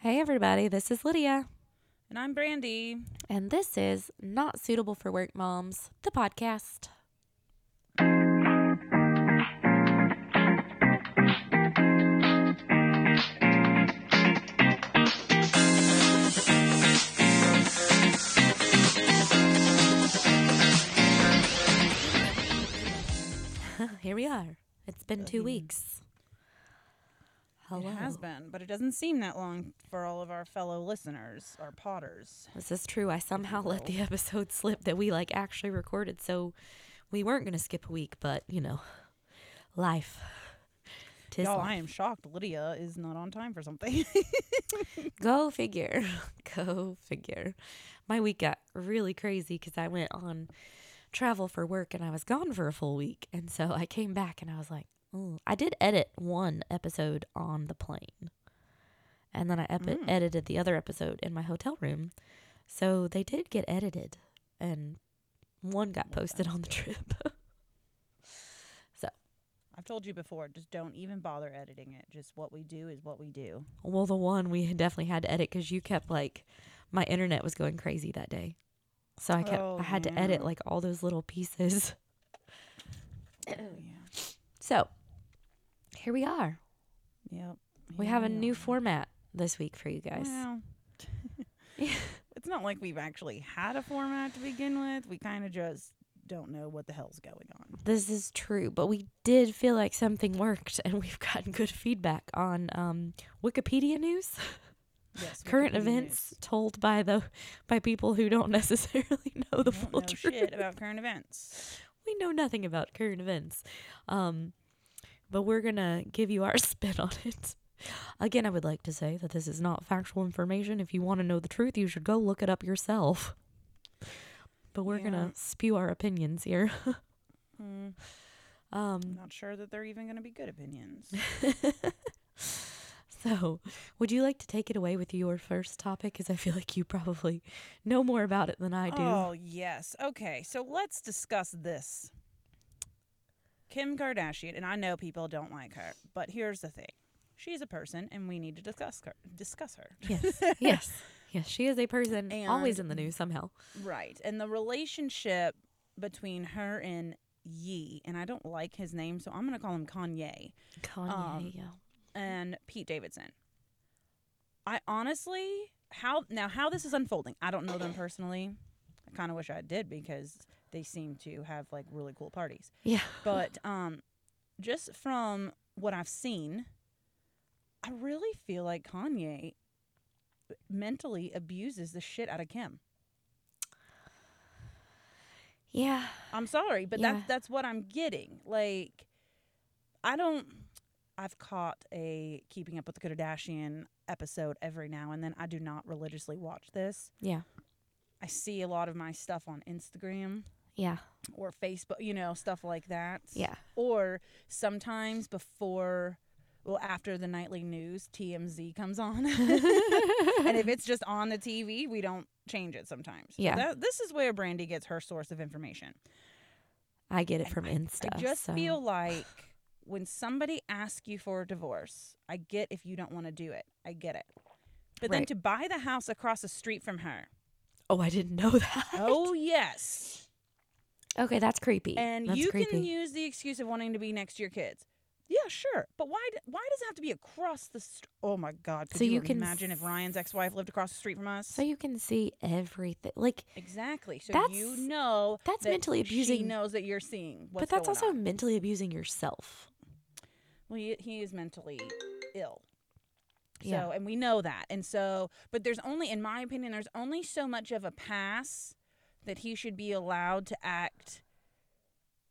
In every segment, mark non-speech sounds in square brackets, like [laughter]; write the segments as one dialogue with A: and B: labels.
A: Hey, everybody, this is Lydia,
B: And I'm Brandy.
A: and this is Not Suitable for Work Moms, the podcast. [laughs] Here we are. It's been two weeks. Hello.
B: It has been, but it doesn't seem that long for all of our fellow listeners, our potters.
A: This is true. I somehow let the episode slip that we like actually recorded, so we weren't gonna skip a week, but you know, life. Tis
B: Y'all,
A: life.
B: I am shocked Lydia is not on time for something. [laughs]
A: Go figure. [laughs] Go figure. My week got really crazy because I went on travel for work and I was gone for a full week, and so I came back and I was like, "Ooh." I did edit one episode on the plane, and then I epi- edited the other episode in my hotel room, so they did get edited, and one got posted on the trip. so,
B: I've told you before, just don't even bother editing it. Just what we do is what we do.
A: well, the one we had definitely had to edit because you kept like my internet was going crazy that day. So I kept
B: Oh,
A: I had to
B: yeah.
A: edit like all those little pieces.
B: Oh,
A: So here we are.
B: Yep.
A: We have a new format this week for you guys. [laughs]
B: Well, [laughs] it's not like we've actually had a format to begin with. We kind of just don't know what the hell's going on.
A: This is true, but we did feel like something worked and [laughs] we've gotten good feedback on um, Wikipedia news,
B: Yes, we
A: current
B: could be
A: events [laughs]
B: news.
A: told by the by people who don't [laughs] necessarily know the
B: Don't
A: full
B: know
A: truth.
B: shit about current events.
A: [laughs] We know nothing about current events. Um, but we're going to give you our [laughs] spin on it. Again, I would like to say that this is not factual information. If you want to know the truth, you should go look it up yourself. But we're
B: Yeah.
A: going to spew our opinions here. [laughs] Um,
B: I'm Hmm. not sure that they're even going to be good opinions.
A: So, would you like to take it away with your first topic? Because I feel like you probably know more about it than I do.
B: Oh, yes. Okay. So let's discuss this. Kim Kardashian, and I know people don't like her, but here's the thing. She's a person and we need to discuss her. Discuss her. [laughs]
A: Yes, yes, yes. She is a person always in
B: And-
A: the news somehow.
B: Right. And the relationship between her and Yee, and I don't like his name, so I'm going to call him Kanye
A: Kanye,
B: Um,
A: yeah.
B: and Pete Davidson. I honestly, how now how this is unfolding, I don't know them personally. I kind of wish I did because they seem to have like really cool parties.
A: Yeah.
B: but um just from what i've seen i really feel like kanye mentally abuses the shit out of kim
A: Yeah.
B: i'm sorry but
A: Yeah.
B: that's that's what i'm getting like i don't i've caught a keeping up with the kardashian episode every now and then i do not religiously watch this
A: Yeah.
B: i see a lot of my stuff on instagram
A: Yeah.
B: or Facebook, you know, stuff like that.
A: Yeah.
B: Or sometimes before, well, after the nightly news, TMZ comes on. [laughs] and if it's just on the TV, we don't change it sometimes. So
A: Yeah.
B: that- this is where Brandy gets her source of information.
A: I get it from Insta.
B: I just
A: so-
B: feel like when somebody asks you for a divorce, I get if you don't want to do it. I get it. But then
A: Right.
B: to buy the house across the street from her.
A: Oh, I didn't know [laughs] that.
B: Oh, yes.
A: Okay, that's creepy.
B: and
A: that's
B: you
A: creepy.
B: can use the excuse of wanting to be next to your kids. Yeah, sure, but why? d- Why does it have to be across the? St- oh my God! Could
A: So
B: you,
A: you can
B: imagine if Ryan's ex-wife lived across the street from us?
A: so you can see everything. Like,
B: exactly. So
A: That's-
B: you know
A: that's
B: that
A: mentally
B: She
A: abusing-
B: knows that you're seeing. What's
A: but that's
B: going
A: also
B: on.
A: mentally abusing yourself.
B: well, he, he is mentally ill. So
A: Yeah.
B: and we know that, and so but there's only, in my opinion, there's only so much of a pass that he should be allowed to act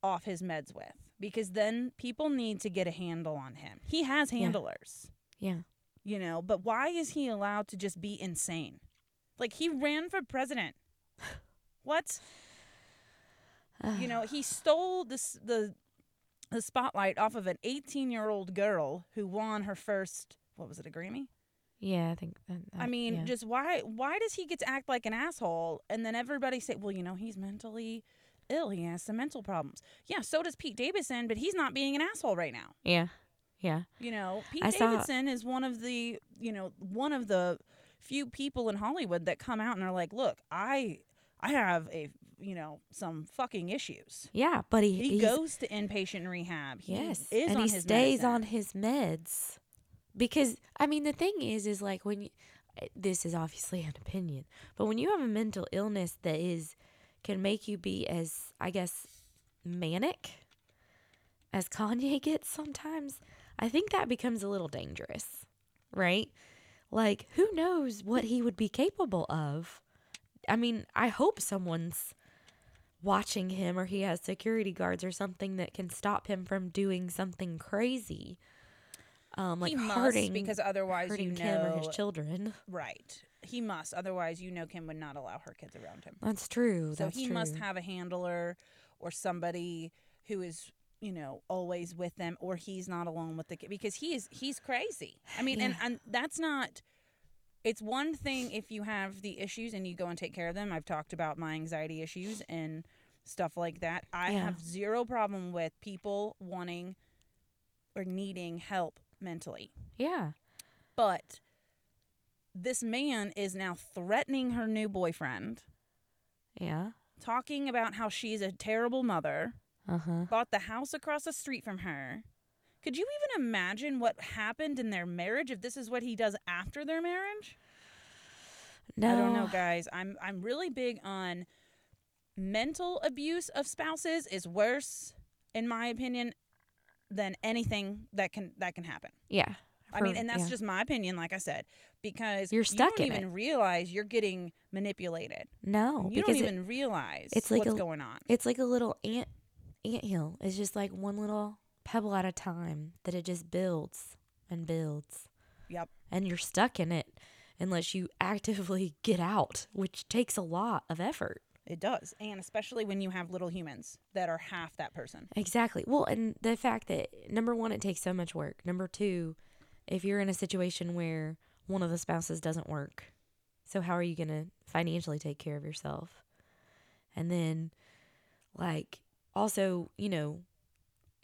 B: off his meds with because then people need to get a handle on him. He has handlers,
A: Yeah.
B: you know, but why is he allowed to just be insane? Like he ran
A: [laughs]
B: for president. What?
A: [sighs]
B: you know, he stole this the the spotlight off of an 18-year-old girl who won her first what was it, a Grammy?
A: Yeah, I think. That,
B: I
A: that-
B: mean,
A: Uh, yeah.
B: just why why does he get to act like an asshole and then everybody say, "Well, you know, he's mentally ill. He has some mental problems." Yeah, so does Pete Davidson, but he's not being an asshole right now.
A: Yeah. Yeah.
B: You know, Pete
A: I saw-
B: Davidson is one of the you know one of the few people in Hollywood that come out and are like, look, I I have a you know some fucking issues.
A: Yeah. But he,
B: He
A: he's-
B: goes to inpatient rehab. He
A: Yes.
B: is
A: and
B: on
A: he
B: his
A: stays
B: medicine.
A: on his meds. Because I mean the thing is is like when you, this is obviously an opinion, but when you have a mental illness that is can make you be as I guess manic as Kanye [laughs] gets sometimes, I think that becomes a little dangerous. Right? Like who knows what he would be capable of? I mean, I hope someone's watching him or he has security guards or something that can stop him from doing something crazy. Um, like
B: he
A: hurting
B: must because otherwise you
A: hurting
B: know
A: Kim or his children.
B: right. He must otherwise you know Kim would not allow her kids around him.
A: That's true.
B: So
A: that's
B: he must
A: true.
B: have a handler or somebody who is, you know, always with them or he's not alone with the kid because he is he's crazy. I mean, and, and that's not it's one thing if you have the issues and you go and take care of them. I've talked about my anxiety issues and stuff like that. I
A: Yeah.
B: have zero problem with people wanting or needing help mentally.
A: Yeah.
B: But this man is now threatening her new boyfriend
A: Yeah.
B: talking about how she's a terrible mother,
A: Uh huh.
B: bought the house across the street from her. Could you even imagine what happened in their marriage if this is what he does after their marriage?
A: No.
B: I don't know, guys. I'm I'm really big on mental abuse of spouses is worse in my opinion than anything that can that can happen.
A: Yeah.
B: I mean,
A: For-
B: and that's
A: yeah.
B: just my opinion like I said because
A: You're
B: you
A: stuck
B: don't
A: in
B: even realize you're getting manipulated.
A: no.
B: you don't
A: because it-
B: even realize
A: it's like
B: what's
A: a-
B: going on.
A: It's like a little ant ant hill. It's just like one little pebble at a time that it just builds and builds.
B: Yep.
A: And you're stuck in it unless you [laughs] actively get out, which takes a lot of effort.
B: It does. And especially when you have little humans that are half that person.
A: Exactly. Well, and the fact that number one, it takes so much work. Number two, if you're in a situation where one of the spouses doesn't work, so how are you going to financially take care of yourself? And then, like, also, you know,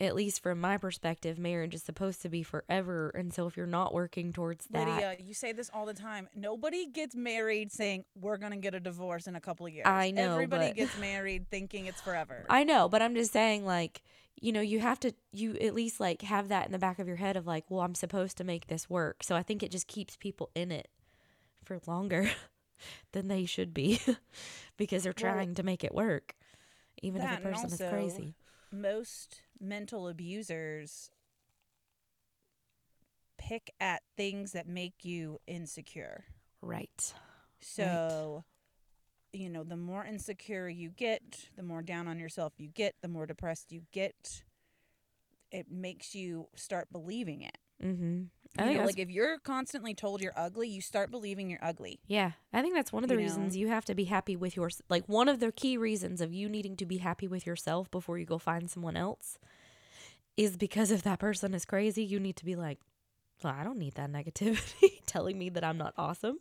A: at least from my perspective, marriage is supposed to be forever. And so if you're not working towards that,
B: Lydia, you say this all the time. Nobody gets married saying we're going to get a divorce in a couple of years.
A: I know,
B: Everybody
A: but-
B: gets married thinking it's forever.
A: I know, but I'm just saying, like, you know, you have to, you at least like have that in the back of your head of like, well, I'm supposed to make this work. So I think it just keeps people in it for longer [laughs] than they should be [laughs] because they're
B: Well,
A: trying to make it work, even if
B: that
A: a
B: and
A: person is
B: also-
A: crazy.
B: Most mental abusers pick at things that make you insecure.
A: Right.
B: So, you know, the more insecure you get, the more down on yourself you get, the more depressed you get. It makes you start believing it.
A: Mm hmm. I think
B: You know,
A: that's-
B: like if you're constantly told you're ugly, you start believing you're ugly.
A: yeah, I think that's one of the
B: you
A: reasons you have to be happy with your like one of the key reasons of you needing to be happy with yourself before you go find someone else is because if that person is crazy, you need to be like, well, I don't need that negativity [laughs] telling me that I'm not awesome.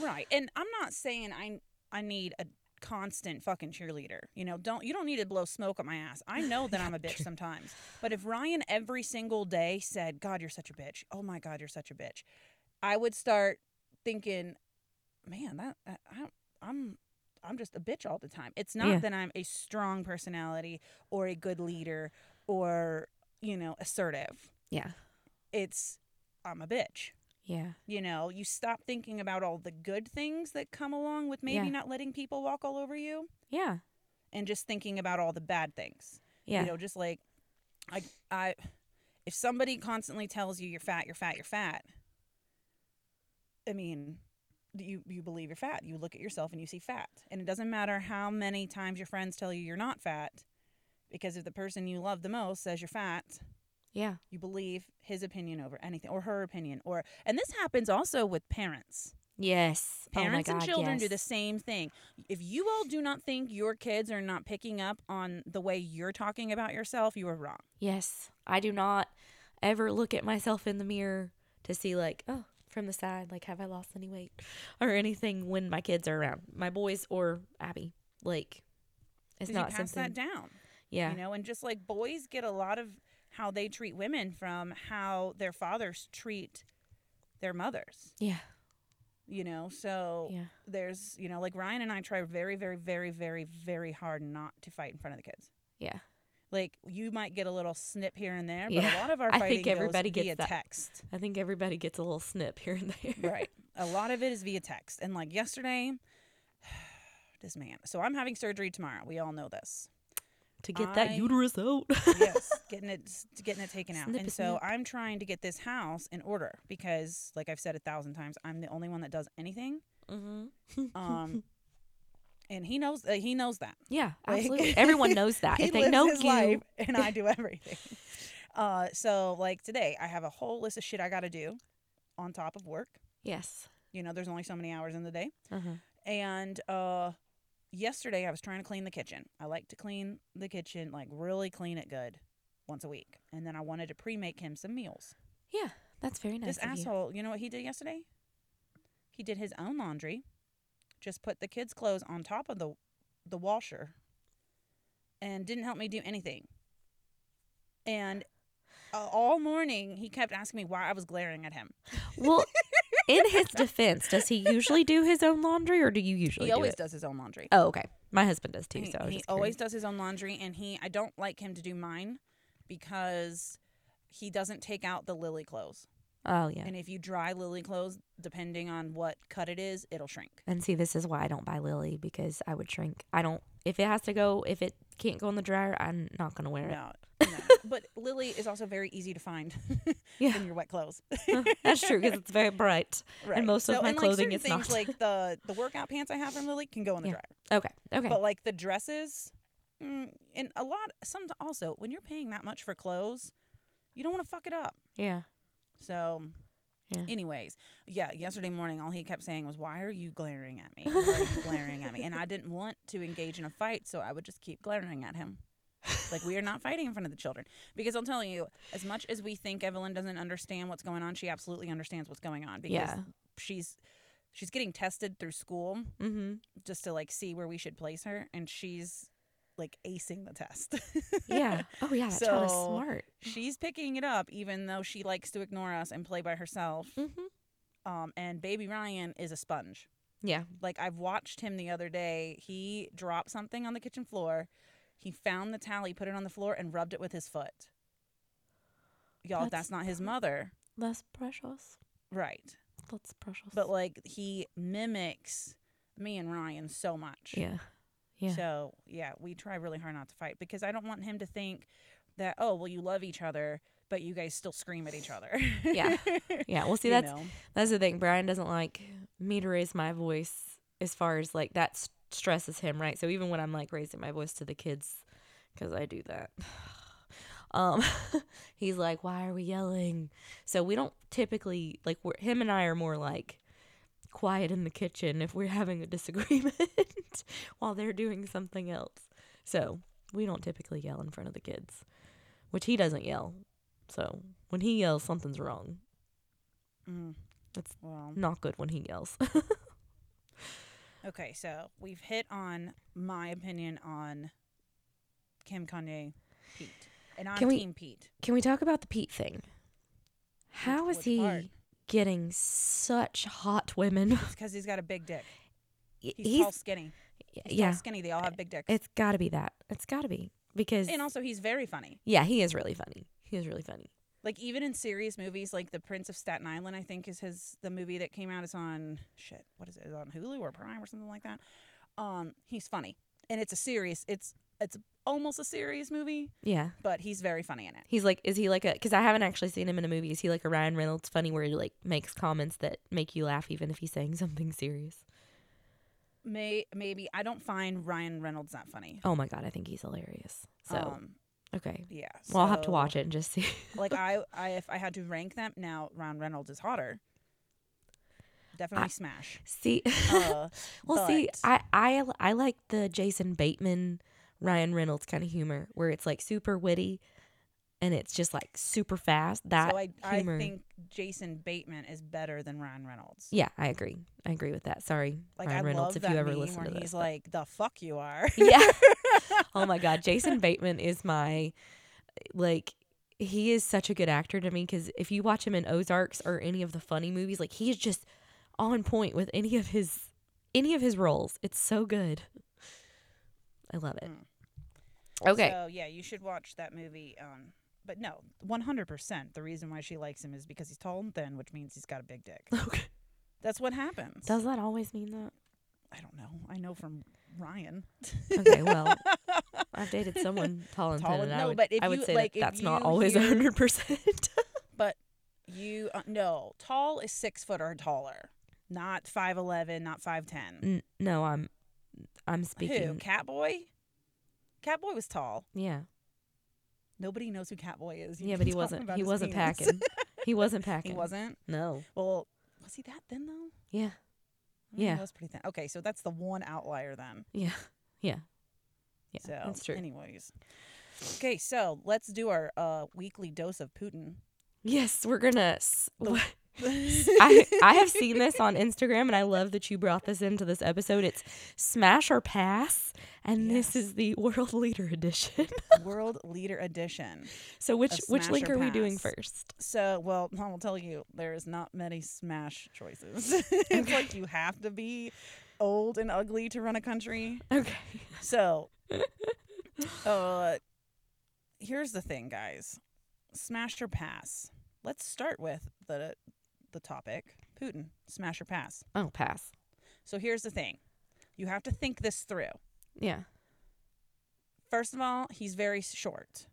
B: Right. And I'm not saying I I need a constant fucking cheerleader. You know, don't you don't need to blow smoke up my ass. I know
A: [laughs]
B: that I'm a bitch sometimes. But if Ryan every single day said, "God, you're such a bitch. Oh my god, you're such a bitch." I would start thinking, "Man, that I, I I'm I'm just a bitch all the time. It's not
A: Yeah.
B: that I'm a strong personality or a good leader or, you know, assertive.
A: Yeah.
B: It's I'm a bitch."
A: Yeah.
B: You know, you stop thinking about all the good things that come along with maybe
A: Yeah.
B: not letting people walk all over you
A: Yeah.
B: and just thinking about all the bad things.
A: Yeah.
B: You know, just like I I if somebody constantly tells you you're fat, you're fat, you're fat. I mean, you you believe you're fat. You look at yourself and you see fat. And it doesn't matter how many times your friends tell you you're not fat because if the person you love the most says you're fat,
A: yeah.
B: you believe his opinion over anything or her opinion or and this happens also with parents
A: Yes.
B: parents
A: oh my God,
B: and children do
A: yes.
B: the same thing if you all do not think your kids are not picking up on the way you're talking about yourself you are wrong
A: Yes. I do not ever look at myself in the mirror to see, like, oh, from the side, like, have I lost any weight or anything when my kids are around, my boys or Abby. Like, it's
B: Did
A: not
B: you pass
A: something.
B: that down
A: yeah.
B: you know and just like boys get a lot of how they treat women from how their fathers treat their mothers.
A: Yeah.
B: You know, so
A: Yeah.
B: there's, you know, like Ryan and I try very, very, very, very, very hard not to fight in front of the kids.
A: Yeah.
B: Like you might get a little snip here and there, but
A: Yeah.
B: a lot of our
A: [laughs] I
B: fighting
A: think everybody
B: goes
A: gets
B: via
A: that.
B: text.
A: I think everybody gets a little snip here and there.
B: right. [laughs] A lot of it is via text. And like yesterday, [sighs] this man. So I'm having surgery tomorrow. We all know this.
A: [laughs] to get that
B: I-
A: uterus out. [laughs]
B: yes, getting it getting it taken out.
A: Snip
B: and
A: it
B: so
A: snip.
B: I'm trying to get this house in order because like I've said a thousand times, I'm the only one that does anything.
A: mm-hmm. [laughs]
B: Um and he knows uh, he knows that.
A: Yeah,
B: [laughs] Like-
A: absolutely. Everyone knows that.
B: he
A: if they
B: lives
A: know
B: his
A: you,
B: life [laughs] and
A: [laughs]
B: I do everything. uh so like today I have a whole list of shit I got to do on top of work.
A: yes.
B: You know, there's only so many hours in the day.
A: Uh-huh.
B: And uh yesterday I was trying to clean the kitchen. I like to clean the kitchen like really clean it good once a week. And then I wanted to pre-make him some meals.
A: Yeah, that's very nice.
B: this
A: of you.
B: asshole, you. know what he did yesterday? He did his own laundry. Just put the kids' clothes on top of the the washer and didn't help me do anything. And uh, all morning he kept asking me why I was glaring at him.
A: Well, in
B: [laughs]
A: his defense, does he usually do his own laundry, or do you usually?
B: he
A: do
B: always
A: it?
B: does his own laundry.
A: Oh, okay. My husband does too.
B: He-
A: So I was
B: he
A: just curious.
B: always does his own laundry, and he I don't like him to do mine because he doesn't take out the lily clothes.
A: Oh yeah. And,
B: And if you dry lily clothes, depending on what cut it is, it'll shrink.
A: see, this is why I don't buy Lily because I would shrink. I don't. If it has to go, if it can't go in the dryer, I'm not gonna wear it. [laughs]
B: No, no. but lily is also very easy to find [laughs]
A: Yeah,
B: in your
A: [laughs]
B: wet clothes.
A: that's true because it's very bright.
B: Right.
A: most of
B: So-
A: my
B: and,
A: clothing
B: like,
A: is
B: certain things
A: not.
B: like the the workout pants I have from Lily can go in the
A: Yeah.
B: dryer,
A: Okay. Okay.
B: but like the dresses, mm, and a lot. Some also when you're paying that much for clothes, you don't want to fuck it up.
A: yeah.
B: So,
A: Yeah.
B: anyways, yeah, yesterday morning, all he kept saying was, Why are you glaring at
A: [laughs]
B: me? Why are you glaring at me? And I didn't want to engage in a fight, so I would just keep glaring at him. Like, we are not fighting in front of the children. Because I'm telling you, as much as we think Evelyn doesn't understand what's going on, she absolutely understands what's going on because
A: Yeah.
B: she's. She's getting tested through school
A: Mm-hmm.
B: just to like see where we should place her, and she's like acing the test.
A: Yeah. Oh yeah. That child is
B: So-
A: smart.
B: [laughs] she's picking it up, even though she likes to ignore us and play by herself.
A: Mm-hmm.
B: Um, and baby Ryan is a sponge.
A: Yeah.
B: Like I've watched him the other day. He dropped something on the kitchen floor. He found the towel, he put it on the floor, and rubbed it with his foot. Y'all, that's,
A: That's
B: not his mother,
A: That's precious.
B: right?
A: That's precious.
B: But like he mimics me and Ryan so much.
A: yeah. Yeah.
B: So yeah, we try really hard not to fight because I don't want him to think that oh well you love each other but you guys still scream at each other. [laughs]
A: Yeah. Yeah. Well, see, that's
B: you know?
A: That's the thing. Brian doesn't like me to raise my voice as far as like that s- stresses him, right? So even when I'm like raising my voice to the kids, because I do that, [sighs] um, [laughs] he's like, "Why are we yelling?" So we don't typically like we're, him and I are more like quiet in the kitchen if we're having a [laughs] disagreement while they're doing something else. So we don't typically yell in front of the kids, which he doesn't yell. So when he yells, something's wrong.
B: Mm.
A: That's-
B: well.
A: Not good when he yells.
B: Okay, so we've hit on my opinion on Kim Kanye Pete. And I'm
A: Can we-
B: team Pete.
A: Can we talk about the Pete thing? How
B: Which-
A: is
B: which
A: he
B: part?
A: getting such hot women?
B: It's because he's got a big dick.
A: Y-
B: He's, tall, skinny. He's
A: yeah.
B: tall, skinny. They all have big dicks.
A: It's got to be that. It's got to be because
B: and also, he's very funny.
A: yeah, he is really funny. He is really funny.
B: Like even in serious movies, like The Prince of Staten Island, I think is his the movie that came out is on shit. What is it? Is it on Hulu or Prime or something like that? Um, he's funny, and it's a serious. It's it's almost a serious movie,
A: Yeah.
B: but he's very funny in it.
A: He's like is he like a cuz I haven't actually seen him in a movie. Is he like a Ryan Reynolds funny where he like makes comments that make you laugh even if he's saying something serious?
B: May maybe I don't find Ryan Reynolds that funny.
A: Oh my god, I think he's hilarious. So,
B: um,
A: okay.
B: Yeah.
A: Well, I'll have to
B: so,
A: watch it and just see. [laughs]
B: like I, I, if I had to rank them now, Ron Reynolds is hotter.
A: [laughs]
B: Definitely smash.
A: see
B: Uh,
A: Well, see,
B: but-
A: I, I I like the Jason Bateman, Ryan Reynolds kind of humor where it's like super witty, and it's just like super fast. That
B: so I, I
A: humor,
B: think Jason Bateman is better than Ryan Reynolds.
A: yeah, I agree. I agree with that. Sorry,
B: Like
A: Ryan
B: I
A: Reynolds,
B: love
A: if
B: that
A: you ever
B: meme
A: listen
B: where
A: to
B: he's
A: this. [laughs]
B: like, "The fuck you [laughs] are."
A: yeah. oh my God, Jason Bateman is my like he is such a good actor to me because if you watch him in Ozarks or any of the funny movies, like he is just on point with any of his any of his roles. It's so good. I love it.
B: Hmm.
A: Okay.
B: So yeah, you should watch that movie. Um, but no, one hundred percent. The reason why she likes him is because he's tall and thin, which means he's got a big dick.
A: okay.
B: That's what happens.
A: [laughs] Does that always mean that?
B: I don't know. I know from Ryan.
A: Okay, [laughs] well, I've dated someone tall and
B: Tall
A: thin,
B: and-
A: and I
B: no,
A: would,
B: but if
A: I would
B: you-
A: say
B: like,
A: that
B: if
A: that's not
B: you
A: always
B: hear-
A: hundred percent. [laughs]
B: But you uh, no tall is six foot or taller, not five eleven, not five ten.
A: N- no, I'm I'm
B: Who?
A: speaking.
B: Catboy. Catboy was tall.
A: Yeah,
B: Nobody knows who Catboy is. You
A: yeah,
B: can
A: but he
B: talk
A: wasn't.
B: about
A: He
B: his
A: wasn't
B: penis.
A: packing. [laughs] He wasn't packing.
B: [laughs] he wasn't.
A: No.
B: Well, was he that thin though?
A: Yeah.
B: I mean,
A: Yeah.
B: He was pretty thin. Okay, so that's the one outlier then.
A: Yeah. Yeah. Yeah.
B: so,
A: that's true.
B: anyways. Okay, so let's do our uh, weekly dose of Putin.
A: [laughs] yes, we're gonna. s- [laughs]
B: The-
A: wha- [laughs] I I
B: [laughs]
A: have seen this on Instagram, and I love that you brought this into this episode. It's smash or pass, and
B: Yes.
A: this is the [laughs] world leader edition. [laughs]
B: World Leader Edition.
A: so which which
B: smash
A: link
B: or
A: are we doing
B: pass.
A: first?
B: So, well, [laughs] I will tell you, there is not many smash choices. [laughs] it's like you have to be old and ugly to run a country.
A: Okay.
B: So, uh, here's the thing, guys. Smash or pass. Let's start with the the topic. Putin, smash or pass.
A: Oh, pass.
B: So here's the thing. You have to think this through.
A: Yeah.
B: First of all, he's very short.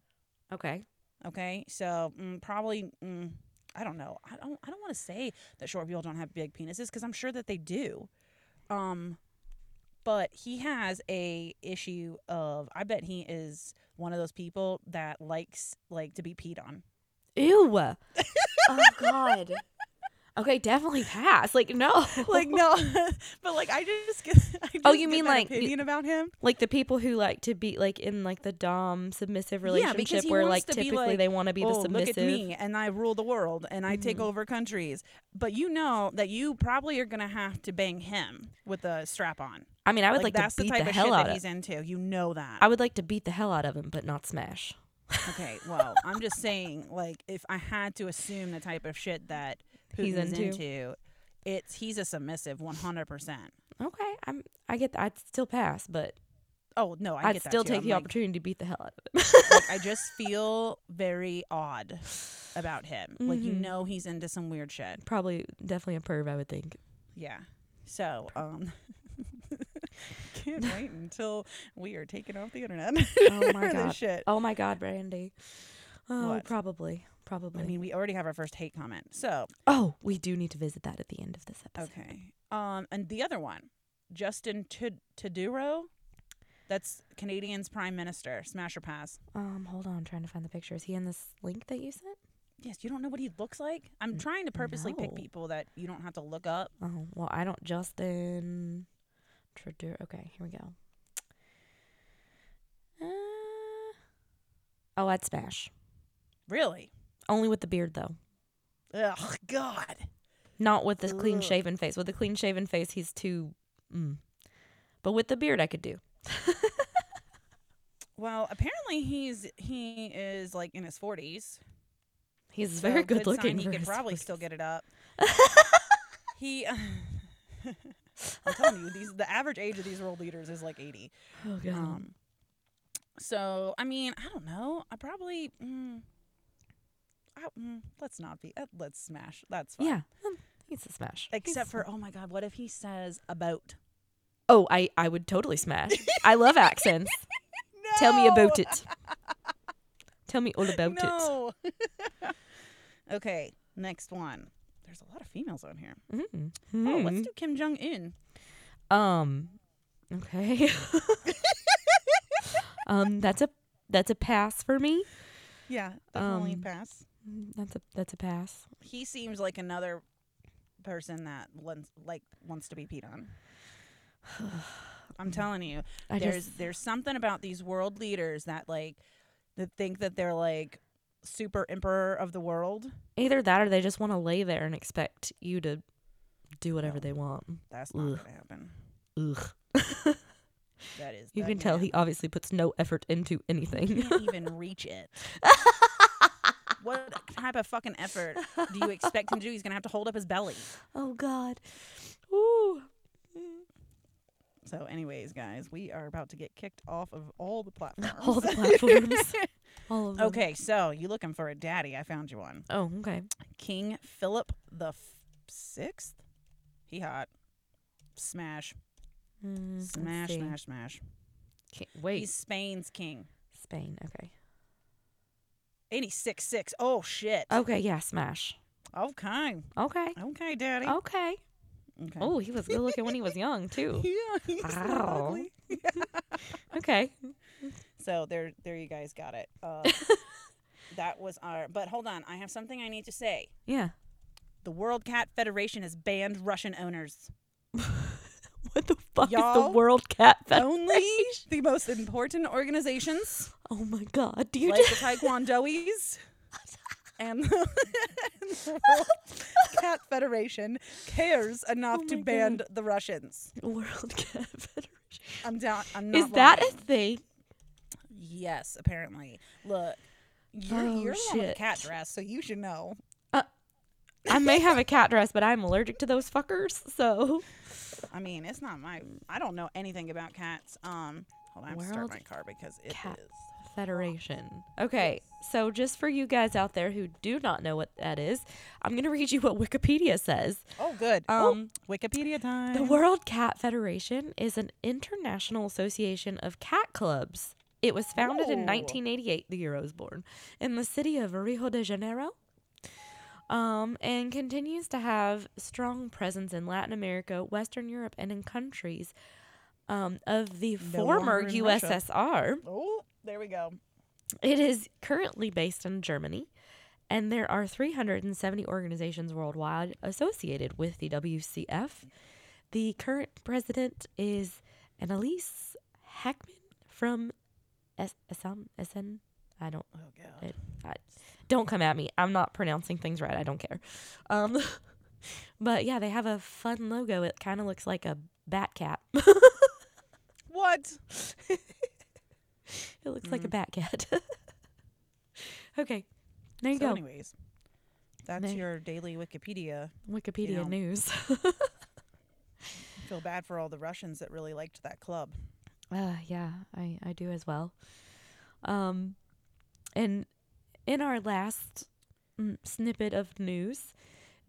A: Okay.
B: Okay, so mm, probably mm, I don't know. I don't. I don't want to say that short people don't have big penises because I'm sure that they do. Um, but he has a issue of I bet he is one of those people that likes like to be peed on. [laughs]
A: Ew. oh God. Okay, definitely pass. Like no.
B: Oh, Like no, [laughs] but like I just get. [laughs] I just
A: Oh, you
B: get
A: mean,
B: that
A: like, you-
B: opinion about him?
A: like the people who like to be like in like the dom submissive
B: Yeah, because
A: relationship
B: he
A: where
B: wants
A: like
B: to be, Mm-hmm.
A: typically
B: like,
A: they want to be the
B: oh,
A: submissive.
B: look at me, and I rule the world, and I take
A: Mhm.
B: over countries. But you know that you probably are gonna have to bang him with a strap on.
A: I mean, I would like,
B: that's
A: to beat
B: the
A: the,
B: type of
A: hell
B: shit
A: out
B: that
A: of.
B: he's into. You know that.
A: I would like to beat the hell out of him, but not smash.
B: okay, well, I'm just saying, like, if I had to assume the type of shit that
A: He's
B: Putin's
A: into.
B: into. it's he's a submissive, 100. percent
A: Okay, I'm. I get. That. I'd still pass, but
B: Oh no, I
A: I
B: get
A: would still
B: that too.
A: take
B: I'm
A: the
B: like,
A: opportunity to beat the hell out of him.
B: [laughs] like, I just feel very odd about him. Like you
A: Mhm.
B: know, he's into some weird shit.
A: [laughs] Probably, definitely a perv. I would think.
B: [laughs] Yeah. So, um. [laughs] Can't wait until we are taken off the internet.
A: [laughs] Oh my
B: for this
A: god.
B: shit.
A: Oh my god, Brandy. Oh,
B: What?
A: probably, probably.
B: I mean, we already have our first hate comment. So,
A: oh, we do need to visit that at the end of this episode.
B: Okay. Um, and the other one, Justin Tud- Tuduro. That's Canadian's prime minister. Smash or pass.
A: Um, hold on, I'm trying to find the picture. Is he in this link that you sent?
B: Yes, you don't know what he looks like. I'm trying to purposely pick
A: no.
B: people that you don't have to look up.
A: Oh, well, I don't. Justin Trudeau. Okay, here we go. Uh, oh, I'd smash.
B: Really?
A: Only with the beard though.
B: Ugh, God.
A: Not with the clean
B: Ugh.
A: shaven face. With the clean shaven face, he's too. Mm. But with the beard, I could do. [laughs]
B: Well, apparently he's he is like in his 40s.
A: He's
B: so
A: very good, looking.
B: Sign he
A: for
B: could
A: his
B: probably
A: voice.
B: still get it up. he. [laughs] I'm telling you, these the average age of these world leaders is like 80.
A: [laughs] Oh god.
B: Um, so I mean, I don't know. I probably. Mm, I, mm, let's not be. Uh, let's smash. That's fine.
A: yeah, um, he's a smash. He's
B: Except
A: a
B: for
A: smash.
B: oh my god, what if he says about?
A: oh, I I would totally smash. I love accents. Tell me about it. Tell me all about [laughs]
B: No. [laughs] okay, next one. There's a lot of females on here.
A: it. Mm.
B: Oh, let's
A: Mm.
B: do Kim Jong Un.
A: Um. Okay. [laughs] um. That's a that's a pass for me.
B: Yeah, definitely
A: Um,
B: pass.
A: Mm, That's a that's a pass.
B: He seems like another person that wants like wants to be peed on. [sighs]
A: Mm.
B: I'm telling you,
A: I
B: there's
A: just
B: there's something about these world leaders that like that think that they're like super emperor of the world.
A: either that or they just want to lay there and expect you to do whatever
B: No.
A: they want.
B: That's not
A: Ugh.
B: gonna happen.
A: Ugh. [laughs]
B: That is.
A: You
B: that
A: can tell [laughs]
B: man
A: he obviously puts no effort into anything.
B: can't even reach it. [laughs] what type of fucking effort do you expect him to do? He's gonna have to hold up his belly.
A: Oh God. Ooh.
B: So, anyways, guys, we are about to get kicked off of all the platforms.
A: All
B: [laughs]
A: the [laughs] platforms. All of them.
B: okay, so you looking for a daddy? I found you one.
A: Oh, okay.
B: King Philip the f- sixth. He hot. Smash,
A: Mm, let's
B: smash,
A: see.
B: smash, smash.
A: Ki- Wait.
B: He's Spain's king.
A: Spain. Okay.
B: Eighty six six. Oh shit.
A: Okay. Yeah. Smash.
B: Okay.
A: Okay.
B: Okay, daddy.
A: Okay.
B: Okay.
A: Oh, he was good looking when he was young [laughs] too.
B: [laughs] Yeah, he's so
A: Ow.
B: ugly.
A: Okay.
B: So there, there, you guys got it.
A: [laughs]
B: Uh, that was our. But hold on, I have something I need to say.
A: Yeah.
B: The World Cat Federation has banned Russian owners.
A: What the fuck is the
B: Y'all
A: World Cat Federation?
B: Only the most important organizations,
A: Oh my God. Do [laughs] you
B: like the
A: just [laughs]
B: Taekwondoese and the, [laughs] and the World Cat Federation, cares enough
A: Oh
B: to
A: my
B: ban the Russians.
A: World [laughs] Cat Federation?
B: I'm down. I'm not.
A: Is that a
B: lying.
A: thing?
B: Yes, apparently. Look, you're,
A: Oh,
B: you're the one with the
A: shit.
B: cat dress, so you should know.
A: I may have a cat dress, but I'm allergic to those fuckers. So
B: I mean, it's not my. I don't know anything about cats. Um, hold on, I have to start
A: World
B: my car because it is.
A: Cat Federation. Okay, so just for you guys out there who do not know what that is, I'm gonna read you what Wikipedia says.
B: Oh, good.
A: Um,
B: oh, Wikipedia time.
A: The World Cat Federation is an international association of cat clubs. It was founded in
B: Whoa.
A: 1988, the year I was born, in the city of Rio de Janeiro, um, and continues to have strong presence in Latin America, Western Europe, and in countries um, of the
B: longer
A: former
B: in Russia.
A: USSR.
B: oh, there we go.
A: It is currently based in Germany, and there are 370 organizations worldwide associated with the WCF. The current president is Annalise Hackman from S- SM, SN. I don't.
B: Oh god.
A: I, I, don't come at me. I'm not pronouncing things right. I don't care. Um, [laughs] but yeah, they have a fun logo. It kind of looks like a bat cat. [laughs]
B: What?
A: it looks like a bat cat. [laughs] okay, there you
B: so,
A: go.
B: anyways, that's
A: There.
B: your daily Wikipedia.
A: Wikipedia
B: know.
A: news. [laughs]
B: I feel bad for all the Russians that really liked
A: [laughs]
B: that club.
A: Uh, yeah, I, I do as well. Um, and in our last mm, snippet of news,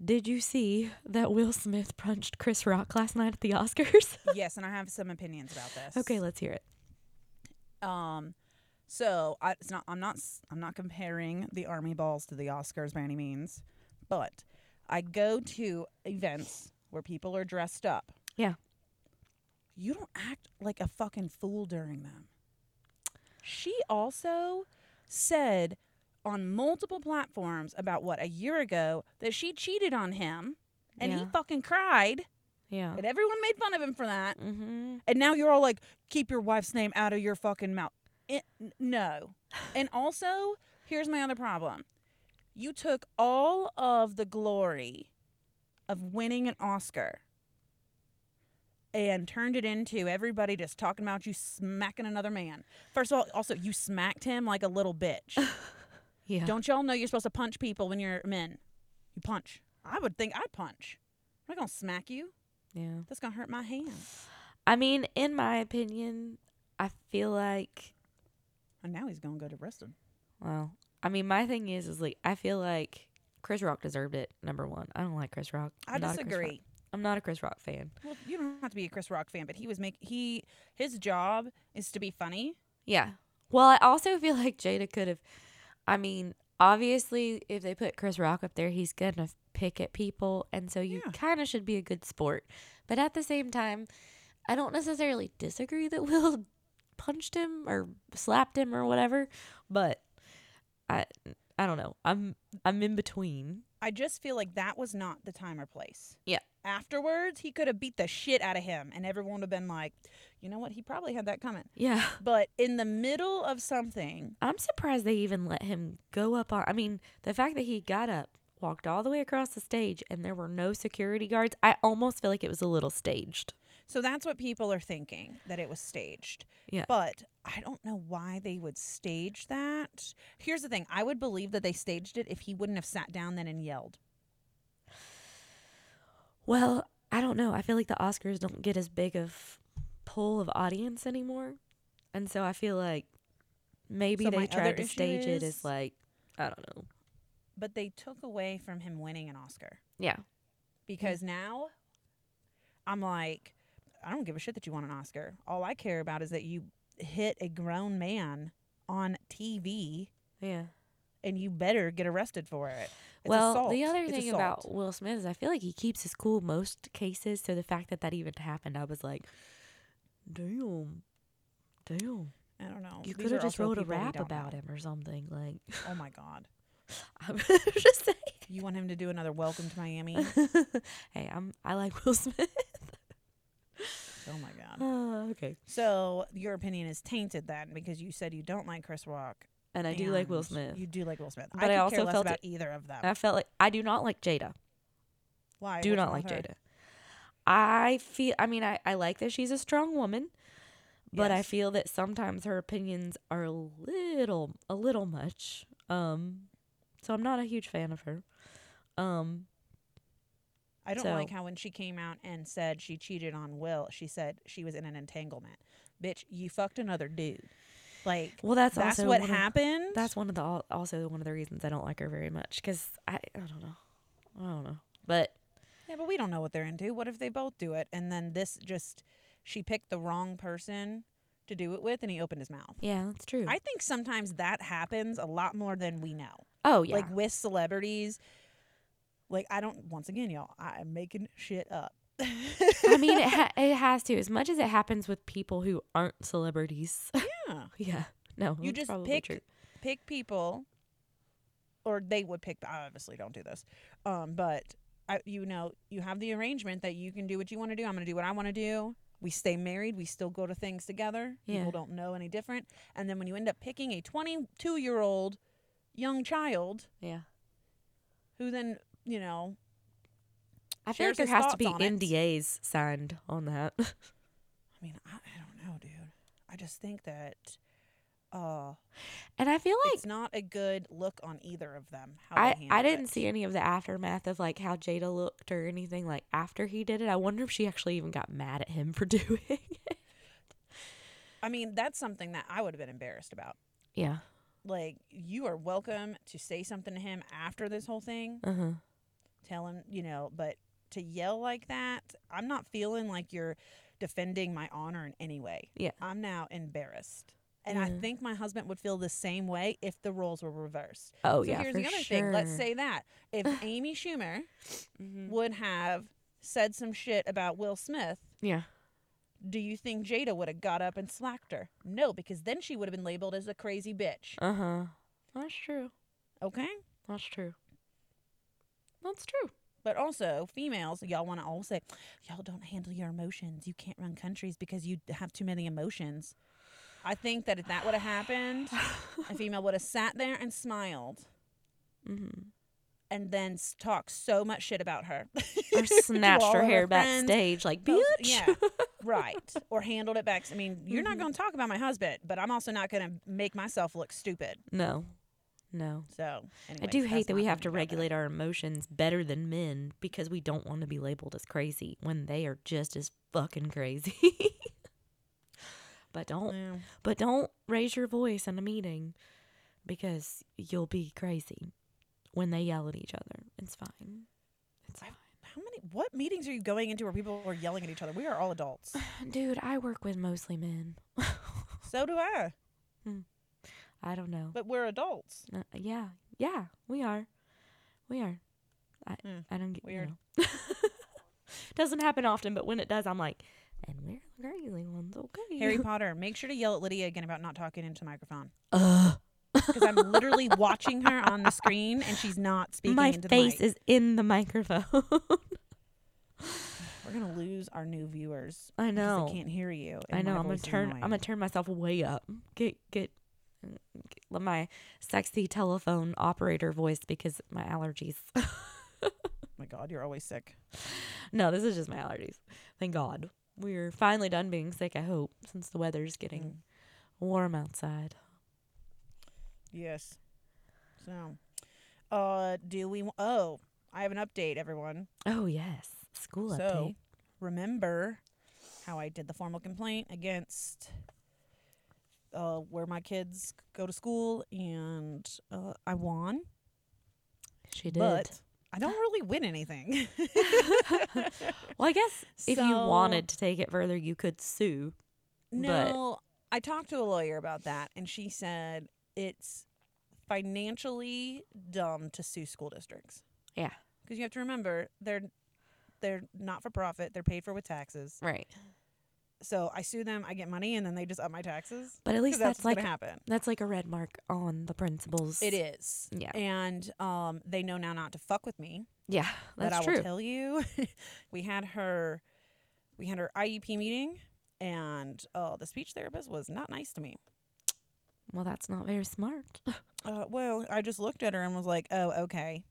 A: did you see that Will Smith punched Chris Rock last night at the Oscars? [laughs]
B: yes, and I have some opinions about this.
A: okay, let's hear it.
B: Um, so I, it's not. I'm not. s- I'm not comparing the Army balls to the Oscars by any means, but I go to events where people are dressed up.
A: Yeah.
B: You don't act like a fucking fool during them. She also said on multiple platforms about what a year ago that she cheated on him and he
A: Yeah. Uh.
B: fucking cried
A: Yeah.
B: and everyone made fun of him for that
A: Mm-hmm.
B: and now you're all like, keep your wife's name out of your fucking mouth. Eh, n- no. And also, here's my other problem. You took all of the glory of winning an Oscar and turned it into everybody just talking about you smacking another man. First of all, also, you smacked him like a little bitch.
A: [sighs] Yeah.
B: Don't y'all know you're supposed to punch people when you're men? You punch. I would think I'd punch. I'm not going to smack you.
A: yeah.
B: That's going to hurt my hand.
A: I mean, in my opinion, I feel like,
B: And now he's going to go to Bristol.
A: well, I mean, my thing is, is like, I feel like Chris Rock deserved it, number one. I don't like Chris Rock.
B: I
A: I'm not a Chris Rock-
B: disagree.
A: I'm not a Chris Rock fan.
B: Well, you don't have to be a Chris Rock fan, but he was make he his job is to be funny.
A: Yeah. Well, I also feel like Jada could have. I mean, obviously, if they put Chris Rock up there, he's going to pick at people. And so you
B: Yeah.
A: kind of should be a good sport. But at the same time, I don't necessarily disagree that [laughs] Will punched him or slapped him or whatever. But I. I don't know. I'm I'm in between.
B: I just feel like that was not the time or place.
A: Yeah.
B: Afterwards, he could have beat the shit out of him, and everyone would have been like, "You know what? He probably had that coming."
A: Yeah.
B: But in the middle of something,
A: I'm surprised they even let him go up on. I mean, the fact that he got up, walked all the way across the stage, and there were no security guards, I almost feel like it was a little staged.
B: So that's what people are thinking that it was staged.
A: Yeah.
B: But I don't know why they would stage that. Here's the thing I would believe that they staged it if he wouldn't have sat down then and yelled.
A: Well, I don't know. I feel like the Oscars don't get as big of pull of audience anymore. And so I feel like maybe
B: So my
A: they
B: other
A: tried to
B: issue
A: stage it
B: is-
A: as like I don't know.
B: But they took away from him winning an Oscar
A: Yeah. Mm.
B: because now I'm like, I don't give a shit that you want an Oscar. All I care about is that you hit a grown man on TV
A: Yeah.
B: and you better get arrested for it. It's
A: [sighs] well,
B: assault.
A: the other
B: It's
A: thing
B: assault.
A: about Will Smith is I feel like he keeps his cool most cases. So the fact that that even happened, I was like, damn, damn.
B: I don't
A: You
B: know. Oh, These
A: could have
B: are
A: just
B: also
A: wrote a
B: people we
A: rap
B: don't
A: about
B: know.
A: him or something. Like, [laughs]
B: Oh my god.
A: I'm [laughs] just saying.
B: You want him to do another Welcome
A: [laughs]
B: to Miami?
A: hey, I'm I like Will [laughs] Smith.
B: oh my
A: [laughs]
B: god.
A: Uh, okay,
B: So your opinion is tainted then because you said you don't like Chris Rock.
A: and I do like Will
B: and
A: Smith.
B: You do like Will Smith.
A: But I
B: I, could
A: also
B: care less
A: felt
B: about either of them.
A: I felt like I do not like Jada.
B: Why?
A: do
B: What's
A: not
B: wrong
A: like
B: with her?
A: Jada. I feel. I mean, I, I like that she's a strong woman, but I
B: Yes.
A: feel that sometimes her opinions are a little a little much. Um, so I'm not a huge fan of her. Um,
B: I don't like
A: So-
B: how when she came out and said she cheated on Will, she said she was in an entanglement. Bitch, you fucked another dude. Like
A: well, that's
B: that's
A: also
B: what
A: one of-
B: happened.
A: that's one of the al- also one of the reasons I don't like her very much because I I don't know I don't know but
B: Yeah, but we don't know what they're into. What if they both do it? And then this just, she picked the wrong person to do it with and he opened his mouth.
A: yeah that's true
B: I think sometimes that happens a lot more than we know.
A: oh yeah
B: Like with celebrities, like I don't, once again, y'all, I'm making shit up.
A: [laughs] I mean
B: [laughs]
A: it ha- it has to as much as it happens with people who aren't celebrities [laughs]
B: yeah.
A: yeah no
B: You
A: that's
B: just
A: probably
B: pick
A: true.
B: pick people, or they would pick. I obviously don't do this, um, but I, you know, you have the arrangement that you can do what you want to do. I'm going to do what I want to do. We stay married. We still go to things together.
A: Yeah.
B: People don't know any different. And then when you end up picking a 22 year old young child
A: yeah
B: who then you know
A: I feel like
B: shares
A: there
B: his
A: has to
B: thoughts
A: be
B: on it.
A: NDAs signed on that.
B: i mean i, I don't know dude i just think that uh
A: [laughs] And I feel like
B: it's not a good look on either of them how they
A: I, I
B: handled
A: didn't
B: it.
A: see any of the aftermath of like how Jada looked or anything like after he did it. I wonder if she actually even got mad at him [laughs] for doing it.
B: i mean that's something that i would have been embarrassed about
A: Yeah.
B: like you are welcome to say something to him after this whole thing
A: Uh huh.
B: tell him you know but to yell like that i'm not feeling like you're defending my honor in any way
A: Yeah. Mm.
B: i'm now embarrassed and i
A: Yeah.
B: think my husband would feel the same way if the roles were reversed
A: Oh
B: so
A: yeah.
B: here's
A: for
B: the other
A: sure.
B: thing let's say that if
A: [sighs]
B: amy schumer
A: Mhm.
B: would have said some shit about will smith
A: Yeah.
B: do you think jada would have got up and slacked her no because then she would have been labeled as a crazy bitch
A: Uh huh. That's true.
B: okay
A: That's true. That's true. [laughs]
B: But also, females, y'all want to all say, y'all don't handle your emotions. You can't run countries because you have too many emotions. I think that if that would have happened,
A: [sighs]
B: a female would have sat there and smiled
A: Mm-hmm.
B: and then s- talked so much shit about her. [laughs]
A: Or snatched
B: all
A: her
B: of her
A: hair
B: friends,
A: backstage like bitch. [laughs]
B: Post- Yeah, right. Or handled it back. I mean, you're not
A: Mhm.
B: going to talk about my husband, but I'm also not going to make myself look stupid.
A: No. No.
B: So,
A: I
B: anyways,
A: do
B: that's
A: hate that
B: my
A: we have to
B: opinion about that.
A: regulate our emotions better than men because we don't want to be labeled as crazy when they are just as fucking crazy. [laughs] but don't
B: Yeah.
A: but don't raise your voice in a meeting because you'll be crazy when they yell at each other. It's fine. It's
B: I-
A: fine.
B: How many, what meetings are you going into where people are yelling at each other? We are all adults.
A: Dude, I work with mostly men.
B: so do I,
A: I don't know.
B: but we're adults.
A: Uh, yeah. Yeah, we are. We are. I
B: Hmm,
A: I don't get you
B: weird.
A: know. [laughs] Doesn't happen often, but when it does, I'm like, and we're the crazy ones, okay? [laughs]
B: Harry Potter, make sure to yell at Lydia again about not talking into the microphone
A: Ugh.
B: because I'm
A: [laughs]
B: literally watching her on the screen and she's not speaking
A: my
B: into
A: face
B: the mic.
A: is in the microphone. [laughs]
B: We're gonna lose our new viewers.
A: I
B: because
A: know.
B: They can't hear you. and
A: I know.
B: my
A: I'm gonna
B: voice is
A: turn. I'm
B: annoying.
A: gonna turn myself way up. Get get. get- Let my sexy telephone operator voice because my allergies.
B: Oh my God, you're always sick.
A: no, this is just my allergies. Thank God. we're finally done being sick, I hope, since the weather's getting
B: Mm.
A: warm outside.
B: Yes. So, uh, do we? Oh, I have an update, everyone.
A: Oh, yes. School
B: So,
A: update.
B: remember how I did the formal complaint against uh, where my kids go to school, and uh, I won,
A: She did.
B: but I don't really win anything. [laughs]
A: well, I guess if you
B: So-
A: wanted to take it further, you could sue. But-
B: No, I talked to a lawyer about that, and she said it's financially dumb to sue school districts.
A: Yeah.
B: because you have to remember they're they're not for profit; they're paid for with taxes.
A: Right.
B: So I sue them, I get money, and then they just up my taxes.
A: But at
B: 'cause
A: least that's,
B: that's what's
A: like
B: gonna happen.
A: that's like a red mark on the principal's.
B: It is.
A: Yeah.
B: And um, they know now not to fuck with me.
A: Yeah,
B: that I
A: that's true.
B: will tell you. [laughs] we had her, we had her IEP meeting, and uh, the speech therapist was not nice to me.
A: Well, that's not very smart. [laughs]
B: Uh, well, I just looked at her and was like, "Oh, okay."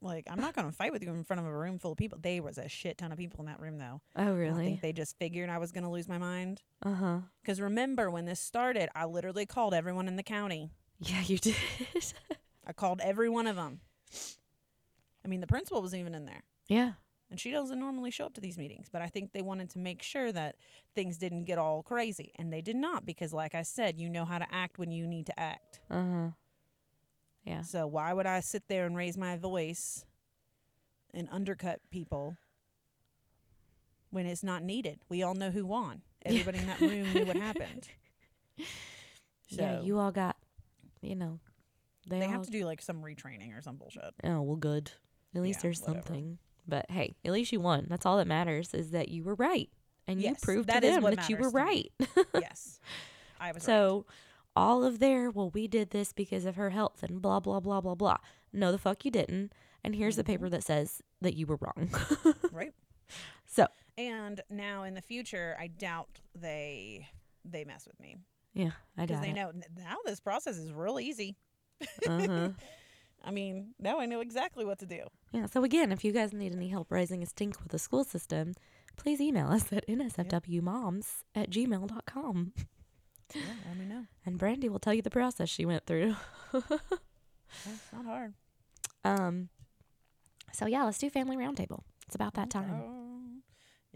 B: Like, I'm not gonna fight with you in front of a room full of people. They was a shit ton of people in that room, though.
A: Oh,
B: I
A: really?
B: think they just figured I was gonna lose my mind.
A: Uh huh.
B: Because remember when this started, I literally called everyone in the county.
A: Yeah, you [laughs] did.
B: I called every one of them. I mean, the principal was even in there.
A: yeah.
B: and she doesn't normally show up to these meetings but i think they wanted to make sure that things didn't get all crazy and they did not because like i said you know how to act when you need to act
A: Uh huh. Yeah.
B: so why would i sit there and raise my voice and undercut people when it's not needed we all know who won everybody in that room knew what
A: [laughs]
B: happened
A: yeah,
B: So-
A: you all got, you know, they,
B: they,
A: all.
B: have to do like some retraining or some bullshit
A: [laughs] oh, well, good. At least
B: Yeah,
A: there's
B: whatever.
A: something. But hey, at least you won. That's all that matters is that you were right. And you
B: Yes,
A: proved to
B: that is
A: them
B: what
A: that you were
B: matters to me.
A: right. [laughs]
B: yes i was right.
A: So all of their, well, we did this because of her health and blah, blah, blah, blah, blah. No, the fuck you didn't. And here's
B: Mm-hmm.
A: the paper that says that you were wrong. [laughs]
B: right
A: So-
B: and now in the future i doubt they they mess with me
A: yeah, I
B: because
A: doubt
B: they
A: it.
B: know n- now this process is real easy [laughs]
A: Uh-huh.
B: i mean now i know exactly what to do
A: Yeah. So again, if you guys need any help raising a stink with the school system, please email us at nsfwmoms at gmail.com.
B: yeah, let me know
A: And Brandy will tell you the process she went through.
B: it's not hard
A: Um, so yeah, let's do family roundtable. It's about that time.
B: Um,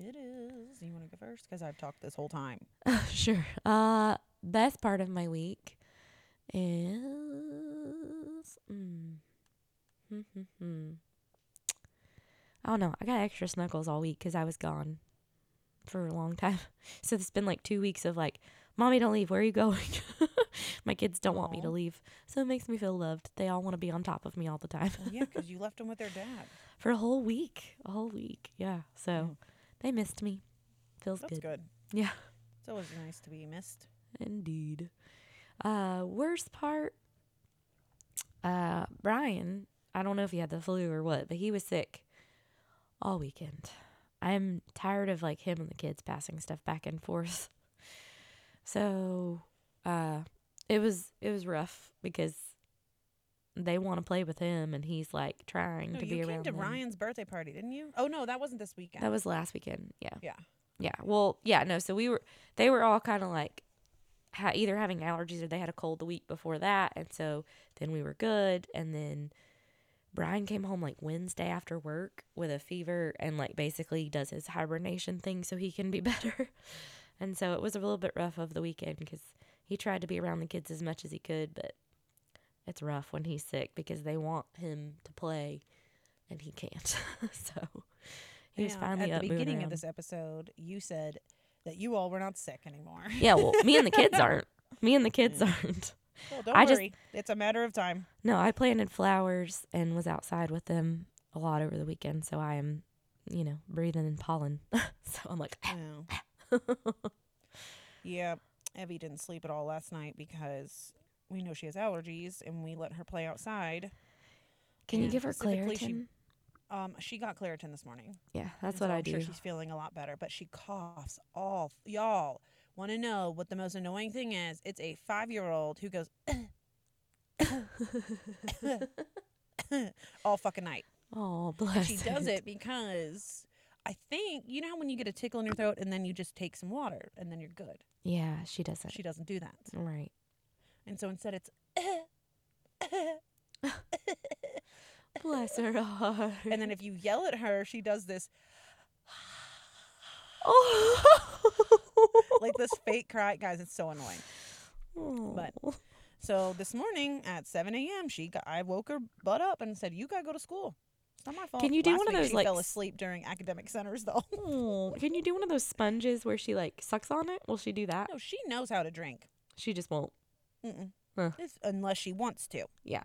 B: it is you want to go first because i've talked this whole time
A: [laughs] sure. Uh, best part of my week is. Mm, hmm, hmm, hmm. I don't know. I got extra snuggles all week because I was gone for a long [laughs] time. So it's been like two weeks of like, mommy, don't leave. Where are you going? [laughs] my kids don't want me to
B: Aw.
A: leave. So it makes me feel loved. They all want to be on top of me all the time
B: well, [laughs] yeah because you left them with their dad
A: for a whole week. A whole week. Yeah. So they missed me. Feels
B: that's good.
A: good. Yeah.
B: it's always nice to be missed
A: Indeed. Uh, worst part, uh, Brian, I don't know if he had the flu or what, but he was sick all weekend. I'm tired of like him and the kids passing stuff back and forth. [laughs] So, uh, it was it was rough because they want to play with him and he's like trying
B: no,
A: to
B: you
A: be
B: came
A: around
B: to
A: them.
B: ryan's birthday party didn't you oh no that wasn't this weekend
A: That was last weekend. Yeah.
B: yeah
A: Yeah. Well, yeah, no. So we were, they were all kind of like ha- either having allergies or they had a cold the week before that. And so then we were good. And then Brian came home like Wednesday after work with a fever and like basically does his hibernation thing so he can be [laughs] better. and so it was a little bit rough of the weekend because he tried to be around the kids as much as he could, but it's rough when he's sick because they want him to play and he can't. [laughs] so he was
B: And
A: finally
B: at
A: up
B: the
A: moving
B: beginning
A: around.
B: of this episode you said that you all were not sick anymore
A: [laughs] [laughs] Yeah, well, me and the kids aren't. Me and the kids aren't.
B: Well, don't
A: I just-
B: worry. it's a matter
A: [laughs]
B: of time.
A: No, I planted flowers and was outside with them a lot over the weekend, so I am, you know, breathing in pollen. [laughs] so I'm like,
B: yeah. Evie didn't sleep at all last night because we know she has allergies and we let her play outside.
A: can you
B: Yeah,
A: give her
B: specifically she-
A: Claritin?
B: Um, she got Claritin this morning.
A: Yeah, that's
B: and so
A: what I
B: I'm
A: do.
B: Sure she's feeling a lot better, but she coughs all. Y'all want to know what the most annoying thing is? It's a five year old who goes
A: [laughs]
B: all fucking night.
A: oh, bless. [laughs]
B: She does
A: it.
B: it because I think you know how when you get a tickle in your throat and then you just take some water and then you're good.
A: Yeah, she doesn't.
B: She doesn't do that,
A: right.
B: and so instead it's [laughs]
A: Bless her heart. [laughs]
B: and [laughs] then if you yell at her, she does this
A: oh.
B: like this fake cry. Guys, it's so annoying. but- So this morning at 7 a.m., she got, I woke her butt up and said, "You gotta go to school." It's not my fault.
A: Can you do
B: Last
A: one of
B: week
A: those,
B: She
A: like,
B: fell
A: s-
B: asleep during academic
A: [laughs]
B: centers though.
A: Oh, can you do one of those sponges where she like sucks on it? Will she do that?
B: no, she knows how to drink.
A: She just won't.
B: Mm-mm.
A: Huh.
B: It's- unless she wants to.
A: Yeah.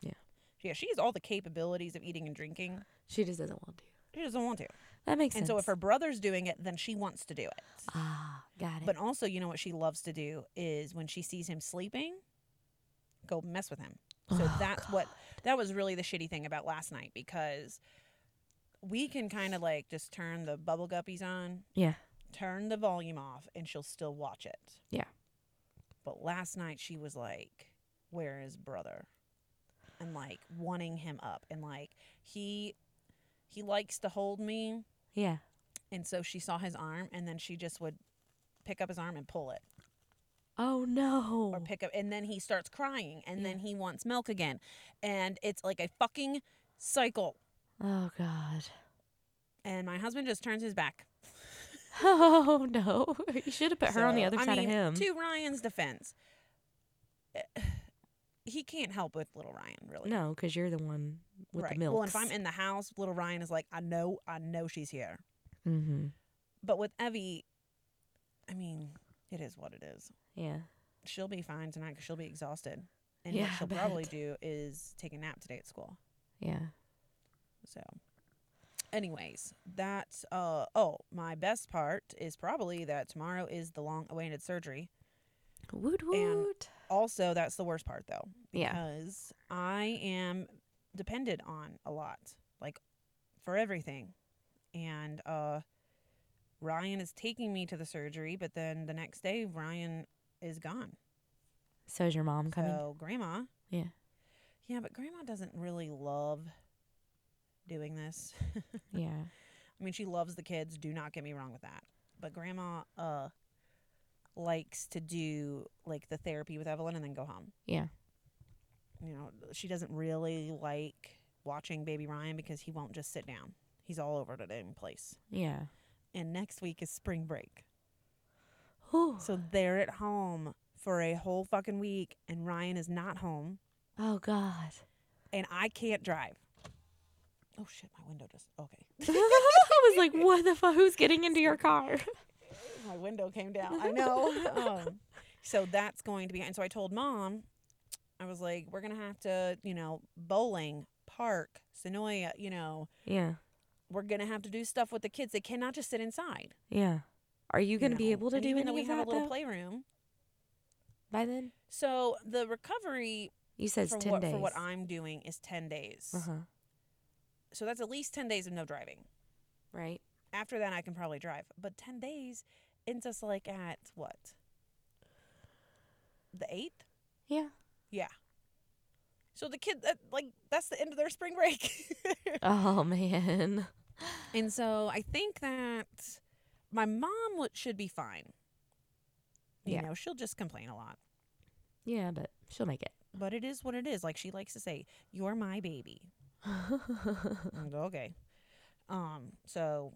A: Yeah.
B: Yeah, she has all the capabilities of eating and drinking.
A: She just doesn't want to.
B: She doesn't want to.
A: That makes
B: And
A: sense.
B: so if her brother's doing it, then she wants to do it.
A: ah, got it.
B: But also, you know what she loves to do is when she sees him sleeping, go mess with him. So
A: Oh,
B: that's what that was really the shitty thing about last night because we can kind of like just turn the bubble guppies on,
A: yeah.
B: turn the volume off, and she'll still watch it.
A: Yeah.
B: But last night she was like, Where is brother? And like wanting him up and like he he likes to hold me
A: Yeah.
B: and so she saw his arm and then she just would pick up his arm and pull it.
A: Oh no.
B: or pick up and then he starts crying and
A: Yeah.
B: then he wants milk again and it's like a fucking cycle
A: oh god. [laughs]
B: and my husband just turns his back
A: Oh no. [laughs] You should have put her on the
B: So,
A: other
B: I
A: side
B: mean,
A: of him.
B: to ryan's defense [sighs] eh, he can't help with little ryan really
A: No, because you're the one with
B: right
A: the milk.
B: well if i'm in the house little ryan is like i know i know she's here
A: mm-hmm.
B: but with evie i mean it is what it is
A: Yeah.
B: she'll be fine tonight because she'll be exhausted and
A: Yeah,
B: what
A: I
B: she'll probably
A: bet.
B: do is take a nap today at school
A: Yeah.
B: So, anyways, that's uh oh, my best part is probably that tomorrow is the long awaited surgery.
A: Woot woot.
B: Also, that's the worst part though,
A: Yeah.
B: because I am depended on a lot, like for everything, and uh, Ryan is taking me to the surgery, but then the next day Ryan is gone.
A: So is your mom coming?
B: So Grandma,
A: Yeah.
B: yeah, but Grandma doesn't really love doing this.
A: yeah.
B: I mean, she loves the kids. Do not get me wrong with that. But grandma uh likes to do like the therapy with Evelyn and then go home.
A: Yeah.
B: You know, she doesn't really like watching baby Ryan because he won't just sit down. He's all over the damn place.
A: Yeah.
B: And next week is spring break.
A: Whew.
B: So they're at home for a whole fucking week and Ryan is not home
A: oh [laughs] god.
B: and I can't drive. Oh shit, my window just okay.
A: I was like, what the fuck? Who's getting into your car?
B: my window came down.
A: [laughs]
B: I know. um, so that's going to be. And so I told mom, I was like, we're gonna have to, you know, bowling, park, Sonoya. You know,
A: Yeah.
B: we're gonna have to do stuff with the kids. They cannot just sit inside.
A: Yeah. Are you going to be
B: know.
A: able to
B: And
A: do
B: even
A: any
B: though we
A: of
B: have
A: that
B: a little
A: though?
B: playroom.
A: by then?
B: So the recovery
A: You said it's
B: for
A: ten
B: what,
A: days.
B: for what I'm doing is ten days.
A: uh huh.
B: So that's at least ten days of no driving.
A: Right.
B: After that, I can probably drive. But ten days, ends us like at what? The eighth. [laughs]
A: Yeah.
B: Yeah. So the kid, that, like, that's the end of their spring break. [laughs]
A: Oh man.
B: and so I think that my mom would, should be fine. You
A: Yeah.
B: know, she'll just complain a lot.
A: Yeah, but she'll make it. [laughs]
B: But it is what it is. Like she likes to say, "You're my baby." I go, okay. Um. So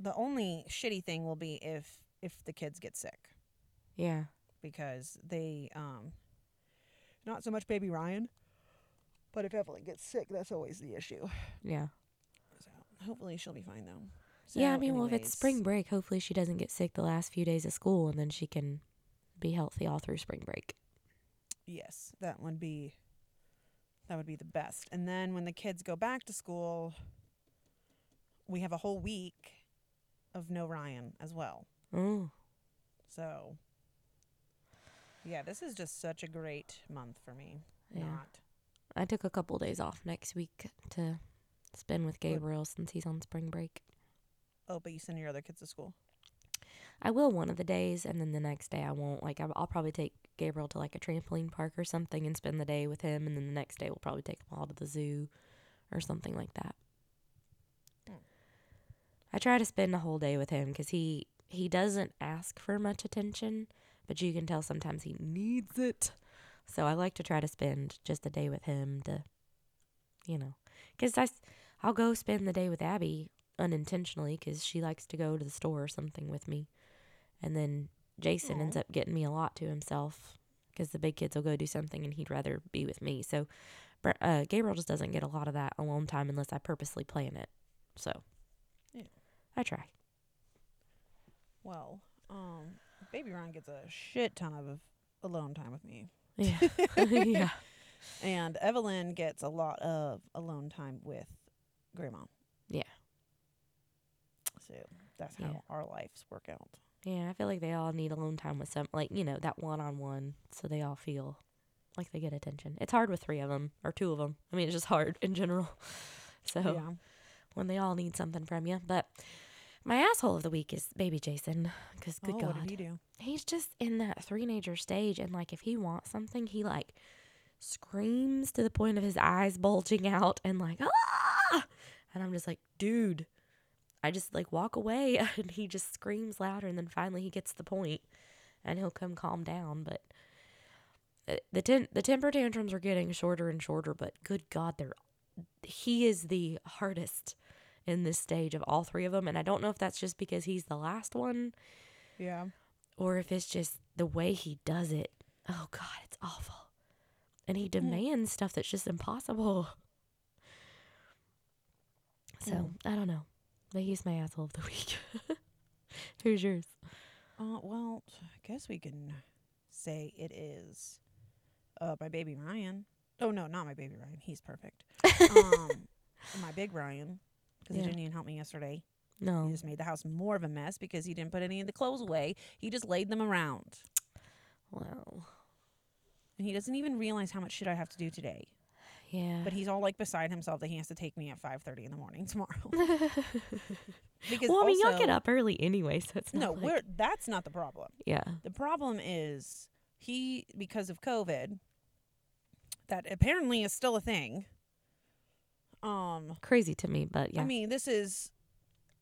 B: the only shitty thing will be if if the kids get sick
A: yeah.
B: because they um not so much baby Ryan, but if Evelyn gets sick, that's always the issue.
A: Yeah.
B: So hopefully she'll be fine though.
A: yeah, I
B: So
A: mean, well, if it's
B: anyways,
A: spring break, hopefully she doesn't get sick the last few days of school, and then she can be healthy all through spring break.
B: yes, that would be that would be the best. And then when the kids go back to school, we have a whole week of no Ryan as well. Mm.
A: Oh,
B: So yeah, this is just such a great month for me.
A: Yeah.
B: Not
A: I took a couple days off next week to spend with Gabriel since he's on spring break.
B: oh, but you send your other kids to school.
A: I will one of the days, and then the next day I won't. Like, I'll I'll probably take Gabriel to like a trampoline park or something and spend the day with him, and then the next day we'll probably take him all to the zoo or something like that.
B: Hmm.
A: I I try to spend a whole day with him because he he doesn't ask for much attention, but you can tell sometimes he needs it. So I like to try to spend just a day with him to, you know, because I s- I'll go spend the day with Abby unintentionally because she likes to go to the store or something with me, and then Jason
C: Aw.
A: ends up getting me a lot to himself because the big kids will go do something and he'd rather be with me. So Br- uh, Gabriel just doesn't get a lot of that alone time unless I purposely plan it. So
B: Yeah.
A: I try.
B: Well, um, baby Ron gets a shit ton of alone time with me,
A: Yeah. [laughs] yeah.
B: and Evelyn gets a lot of alone time with Grandma.
A: Yeah.
B: So that's
A: Yeah.
B: how our lives work out.
A: Yeah, I feel like they all need alone time with some, like, you know, that one on one. So they all feel like they get attention. It's hard with three of them or two of them. I mean, it's just hard in general. [laughs] So
B: Yeah.
A: when they all need something from you. But my asshole of the week is baby Jason. Because, good
B: oh,
A: God.
B: what did he do?
A: he's just in that teenager stage and like if he wants something he like screams to the point of his eyes bulging out and like ah! and i'm just like dude i just like walk away [laughs] and he just screams louder and then finally he gets the point and he'll come calm down but uh, the ten- the temper tantrums are getting shorter and shorter but good god they're he is the hardest in this stage of all three of them and i don't know if that's just because he's the last one
B: Yeah.
A: or if it's just the way he does it. Oh God, it's awful. And
B: Mm.
A: he demands stuff that's just impossible. So
B: Mm.
A: I don't know, but he's my asshole of the [laughs] week. Who's yours?
B: Uh, well, I guess we can say it is uh, my baby Ryan. Oh no, not my baby Ryan.
A: [laughs]
B: He's perfect. um, my big Ryan, because
A: Yeah.
B: he didn't even help me yesterday. He
A: No,
B: just made the house more of a mess because he didn't put any of the clothes away. He just laid them around,
A: well,
B: and he doesn't even realize how much shit I have to do today.
A: yeah,
B: But he's all like beside himself that he has to take me at five thirty in the
A: [laughs]
B: morning tomorrow. because
A: well, I mean, y'all
B: also-
A: get up early anyway, so it's not
B: No,
A: like-
B: we're that's not the problem.
A: yeah,
B: The problem is he because of COVID that apparently is still a thing. Um
A: crazy to me, but yeah,
B: I mean, this is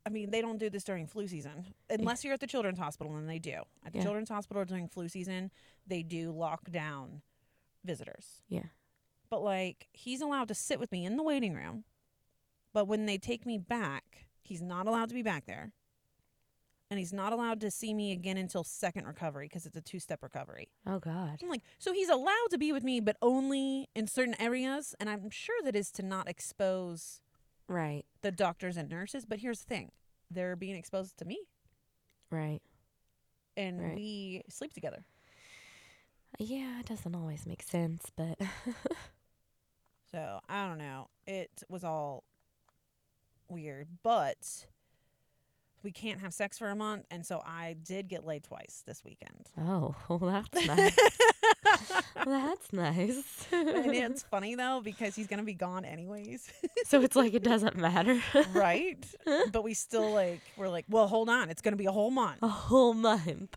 B: I mean, they don't do this during flu season. Unless you're at the children's hospital and they do. At the
A: Yeah.
B: children's hospital during flu season, they do lock down visitors.
A: yeah,
B: But like he's allowed to sit with me in the waiting room. But when they take me back, he's not allowed to be back there. And he's not allowed to see me again until second recovery because it's a two-step recovery.
A: oh God,
B: I'm like, so he's allowed to be with me, but only in certain areas. And I'm sure that is to not expose
A: right,
B: the doctors and nurses. But here's the thing they're being exposed to me,
A: right,
B: and
A: Right.
B: we sleep together.
A: yeah, it doesn't always make sense,
B: [laughs]
A: but [laughs]
B: So I don't know. It was all weird, but we can't have sex for a month. And so I did get laid twice this weekend.
A: oh, well, that's
B: [laughs]
A: nice. that's nice.
B: and
A: [laughs]
B: it's funny though, because he's going to be gone anyways.
A: So it's like it doesn't matter. [laughs]
B: right? But we still like, we're like, well, hold on. It's going to be a whole month.
A: A whole month.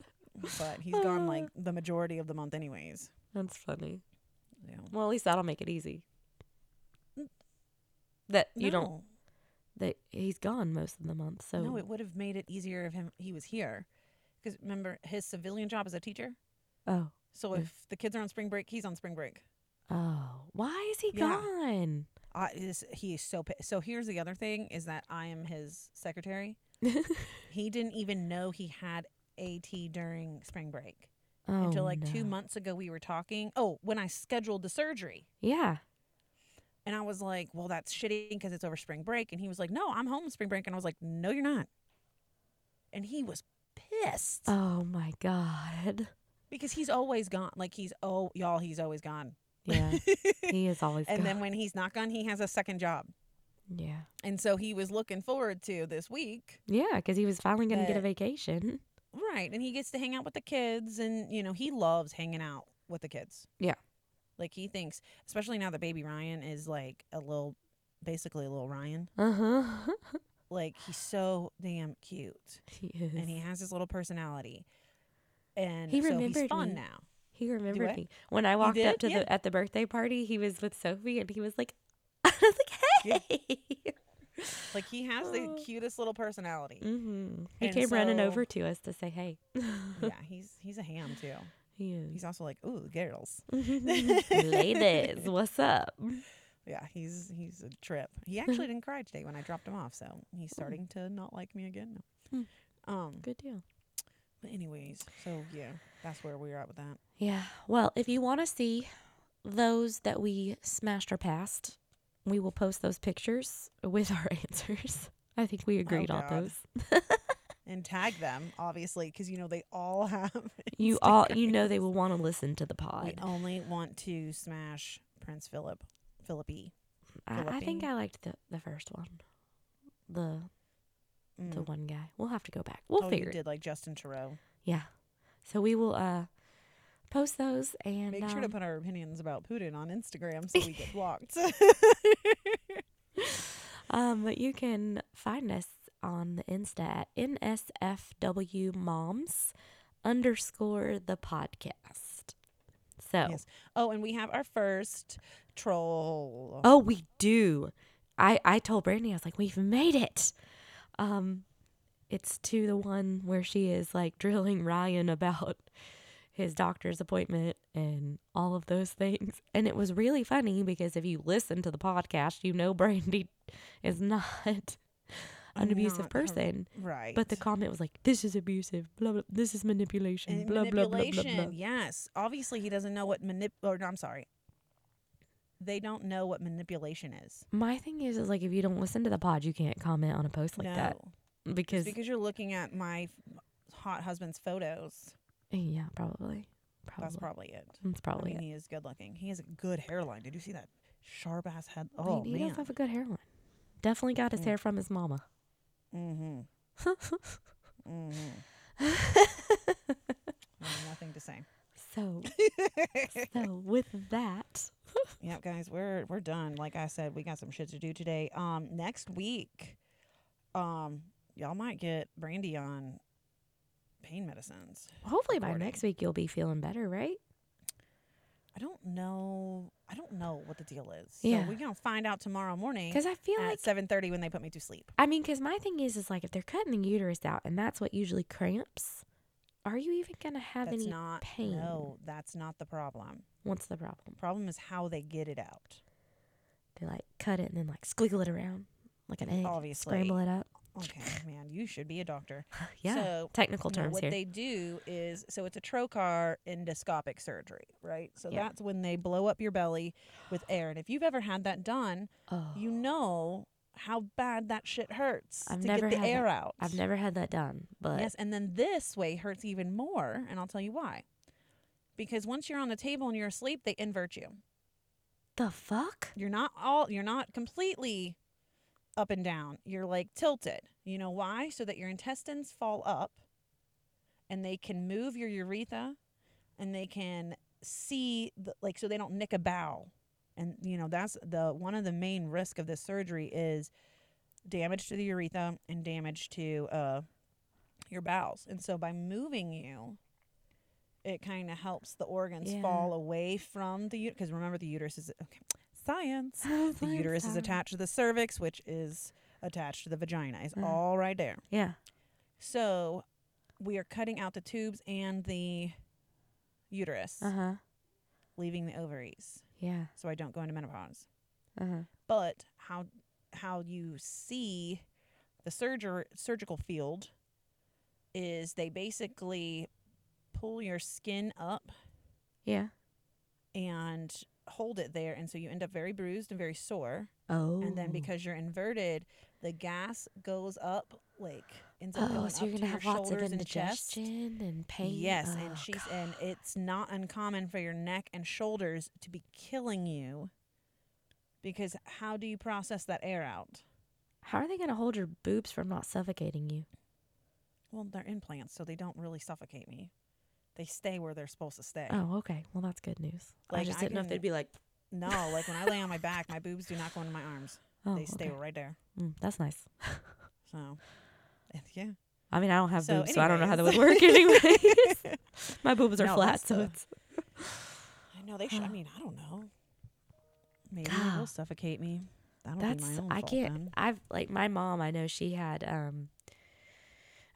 B: but he's gone
A: [laughs]
B: like the majority of the month anyways.
A: That's funny.
B: Yeah.
A: Well, at least that'll make it easy. That you don't
B: No.
A: that he's gone most of the month. So
B: No, it would have made it easier if him he was here. Because remember, his civilian job is a teacher.
A: oh
B: So
A: Yeah.
B: if the kids are on spring break, he's on spring break.
A: oh why is he
B: Yeah. [laughs]
A: gone?
B: I is he is so pissed. So here's the other thing is that I am his secretary. He didn't even know he had AT during spring break
A: oh,
B: until like two
A: no.
B: months ago. We were talking. Oh, when I scheduled the surgery.
A: Yeah.
B: And I was like, well, that's shitty because it's over spring break. And he was like, no, I'm home spring break. And I was like, no, you're not. And he was pissed
A: Oh my
B: [laughs]
A: god.
B: because he's always gone. Like, he's, oh, y'all, he's always gone. [laughs]
A: Yeah. he is always
B: and
A: gone.
B: then when he's not gone, he has a second job.
A: yeah.
B: And so he was looking forward to this week.
A: Yeah, because he was finally going to get a
B: But-
A: vacation.
B: Right. And he gets to hang out with the kids. And, you know, he loves hanging out with the kids.
A: Yeah.
B: Like, he thinks, especially now that baby Ryan is like a little, basically a little Ryan,
A: Uh huh.
B: like, he's so damn cute.
A: [laughs] he is.
B: and he has his little personality. And
A: He
B: so he's
A: remembered
B: fun
A: me.
B: now.
A: He remembered
B: what?
A: me when I walked up
B: did?
A: to [laughs]
B: Yeah.
A: the at the birthday party. He was with Sophie, and he was like, "I was like, hey."
B: Like he has the
A: Oh.
B: cutest little personality.
A: Mm-hmm. He
B: And
A: came running
B: so-
A: over to us to say hey. [laughs]
B: yeah, he's he's a ham too.
A: he is.
B: He's also like, ooh, girls.
A: [laughs]
B: [laughs]
A: Ladies, what's up?
B: Yeah, he's he's a trip.
A: [laughs]
B: He actually didn't cry today when I dropped him off, so he's starting to not like me again.
A: Hmm.
B: Um,
A: Good deal.
B: but anyways, so yeah, that's where we are at with that.
A: Yeah. Well, if you want to see those that we smashed or passed, we will post those pictures with our [laughs] answers. I think we agreed on
B: Oh, God.
A: those.
B: And tag them obviously because you know they all [laughs] have.
A: You all,
B: Instagram.
A: you know, they will want to listen to the
B: We
A: pod.
B: only want to smash Prince Philip, Philippi.
A: I, I think
B: Philippine.
A: I liked the, the first one, the the
B: Mm.
A: one guy. We'll have to go back. We'll
B: oh, you
A: figure. it.
B: did like Justin Trudeau.
A: Yeah. So we will uh post those and
B: Make sure to
A: um,
B: put our opinions about Putin on Instagram so
A: [laughs]
B: we get blocked.
A: Um, but you can find us on the Insta at NSFW Moms underscore the podcast. So,
B: Yes. Oh, and we have our first troll.
A: oh, we do. I I told Brandy I was like, we've made it. Um, it's to the one where she is like drilling Ryan about his doctor's appointment and all of those things. And it was really funny because if you listen to the podcast, you know Brandy is not an
B: I'm
A: abusive
B: not her-
A: person.
B: Right.
A: But the comment was like, "This is abusive. Blah blah. This is manipulation.
B: And
A: blah, blah blah blah
B: manipulation.
A: blah
B: Yes. Obviously, he doesn't know what manip. Or no, I'm sorry. They don't know what manipulation is.
A: My thing is, is like, if you don't listen to the pod, you can't comment on a post like
B: no.
A: that because,
B: It's because you're looking at my f- hot husband's photos.
A: yeah, probably, probably,
B: That's probably it.
A: that's
B: I
A: probably
B: mean, he is good looking. He has a good hairline. Did you see that sharp ass head?
A: it.
B: Oh
A: he,
B: man.
A: does have a good hairline. Definitely got his
B: Mm.
A: hair from his mama. [laughs]
B: mm-hmm. mm-hmm. I have nothing to say.
A: so, [laughs]
B: [laughs]
A: so with that,
B: Yep, guys, we're we're done. Like I said, we got some shit to do today. Um, next week, um, y'all might get Brandy on pain medicines.
A: hopefully by
B: Recording.
A: next week you'll be feeling better, right?
B: I don't know. I don't know what the deal is.
A: Yeah.
B: so we're gonna find out tomorrow morning
A: Because I feel like
B: at seven thirty when they put me to sleep.
A: I mean, because my thing is, is like if they're cutting the uterus out, and that's what usually cramps. Are you even gonna have
B: that's
A: any
B: not
A: pain?
B: No, that's not the problem.
A: What's the problem?
B: The problem is how they get it out.
A: They like cut it and then like squiggle it around like an egg,
B: Obviously.
A: scramble it up. [laughs]
B: Okay, man, you should be a doctor.
A: Yeah,
B: So,
A: technical
B: No,
A: terms
B: what
A: here.
B: they do is so it's a trocar endoscopic surgery, right? So
A: Yeah.
B: that's when they blow up your belly with air. And if you've ever had that done,
A: oh,
B: you know how bad that shit hurts
A: I've
B: to
A: never
B: get
A: had
B: the air
A: that.
B: out.
A: I've never had that done, but
B: Yes, and then this way hurts even more, and I'll tell you why. Because once you're on the table and you're asleep, they invert you.
A: the fuck?
B: You're not all you're not completely up and down. You're like tilted. You know why? So that your intestines fall up and they can move your urethra and they can see the, like so they don't nick a bowel. And you know, that's the one of the main risk of this surgery is damage to the urethra and damage to uh your bowels. And so by moving you it kind of helps the organs
A: Yeah.
B: fall away from the because remember the uterus is okay, science the uterus is attached to the cervix, which is attached to the vagina. It's
A: Uh.
B: all right there.
A: Yeah.
B: Mm. So we are cutting out the tubes and the uterus,
A: Uh huh.
B: leaving the ovaries,
A: Yeah.
B: so I don't go into menopause.
A: Uh huh.
B: But how how you see the surger surgical field is they basically pull your skin up
A: Yeah.
B: and hold it there, and so you end up very bruised and very sore.
A: Oh.
B: and then because you're inverted, the gas goes up like ends up
A: oh,
B: going
A: so
B: up
A: you're
B: to
A: gonna have
B: your
A: lots of
B: shoulders and chest.
A: indigestion and pain.
B: Yes,
A: Oh,
B: and she's
A: God.
B: and it's not uncommon for your neck and shoulders to be killing you because how do you process that air out?
A: How are they gonna hold your boobs from not suffocating you?
B: Well, they're implants, so they don't really suffocate me. They stay where they're supposed to stay.
A: Oh, okay. Well, that's good news. I
B: Like,
A: just
B: I
A: didn't know if
B: can-
A: they'd be like,
B: No, like when I lay on my back, my boobs do not go into my arms.
A: [laughs] oh,
B: they stay
A: okay.
B: right there.
A: Mm, that's nice.
B: So, yeah.
A: I mean, I don't have
B: So
A: boobs, so I don't know how that would work
B: anyways.
A: anyway.
B: [laughs]
A: [laughs] My boobs are
B: No,
A: flat,
B: that's
A: so
B: the-
A: it's
B: I know they should. I
A: Huh.
B: mean, I don't know. Maybe it will
A: God.
B: suffocate me. That'll be
A: That's
B: my own
A: I
B: fault
A: can't.
B: then.
A: I've like my mom. I know she had. um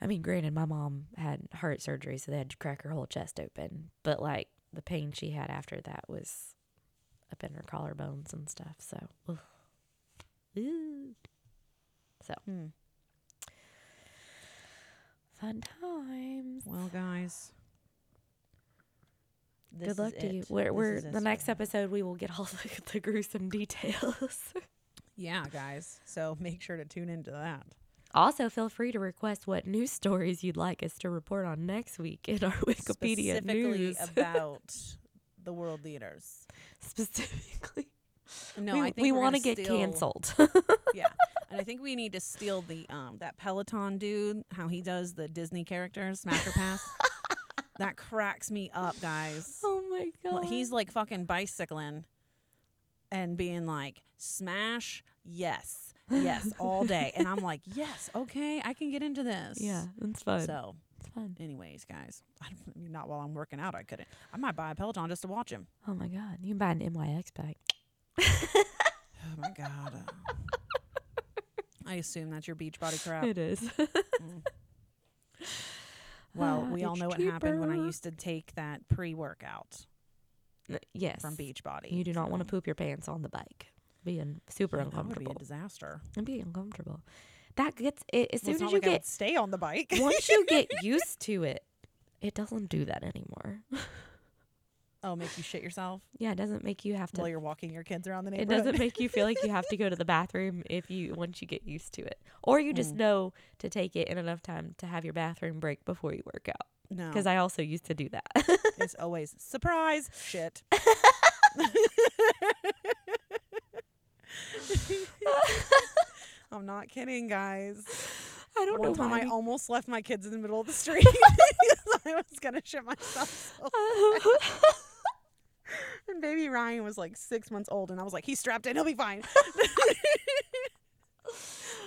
A: I mean, granted, my mom had heart surgery, so they had to crack her whole chest open. But like the pain she had after that was up in her collarbones and stuff. So, ugh. Ooh. so
B: Hmm.
A: fun times.
B: Well, guys. this is
A: Good luck to you.
B: it.
A: We're,
B: This
A: we're
B: is
A: the
B: it.
A: next episode. We will get all [laughs] the, the gruesome details. [laughs]
B: Yeah, guys. So make sure to tune into that.
A: Also, feel free to request what news stories you'd like us to report on next week in our [laughs] Wikipedia
B: Specifically [laughs]
A: news.
B: about the world leaders.
A: Specifically,
B: No,
A: we,
B: I think
A: we
B: we're
A: wanna
B: gonna
A: get
B: steal-
A: canceled.
B: yeah, and I think we need to steal the um that Peloton dude, how he does the Disney characters, Smash or [laughs] Pass. that cracks me up, guys.
A: [laughs] oh my
B: Well,
A: god,
B: He's like fucking bicycling and being like, smash, yes, yes,
A: [laughs]
B: all day. And I'm like, yes, okay, I can get into this.
A: yeah, it's fun.
B: So,
A: It's fun.
B: anyways, guys, I mean, not while I'm working out, I couldn't. I might buy a Peloton just to watch him.
A: Oh my god, you can buy an MYX bag.
B: Oh my God. [laughs] I assume that's your beach body crap.
A: It is. [laughs]
B: Well,
A: Ah,
B: we all
A: it's
B: know what happened when I
A: cheaper.
B: used to take that pre workout
A: yes,
B: from Beachbody.
A: you do not want to
B: so-
A: poop your pants on the bike. Being super
B: Yeah, That would be a
A: uncomfortable.
B: disaster.
A: It'd be uncomfortable. That gets it as
B: Well,
A: soon
B: it's
A: as
B: not
A: you
B: like I would
A: get
B: stay on
A: [laughs]
B: the bike.
A: once you
B: [laughs]
A: get used to it, it doesn't do that anymore.
B: oh, make you shit yourself
A: Yeah, it doesn't make you have to
B: while you're walking your kids around the
A: It
B: neighborhood.
A: doesn't make you feel like you have to go to the bathroom if you once you get used to it, or you
B: Mm.
A: just know to take it in enough time to have your bathroom break before you work out.
B: [laughs] No,
A: Because I also used to do that. [laughs]
B: it's always surprise shit. I'm not kidding, guys.
A: I don't
B: One
A: know
B: time
A: why.
B: I
A: we- [laughs]
B: almost left my kids in the middle of the street [laughs] because I was gonna shit
A: [laughs]
B: myself. so And baby Ryan was like six months old, and I was like, he's strapped in, he'll
A: [laughs]
B: be fine.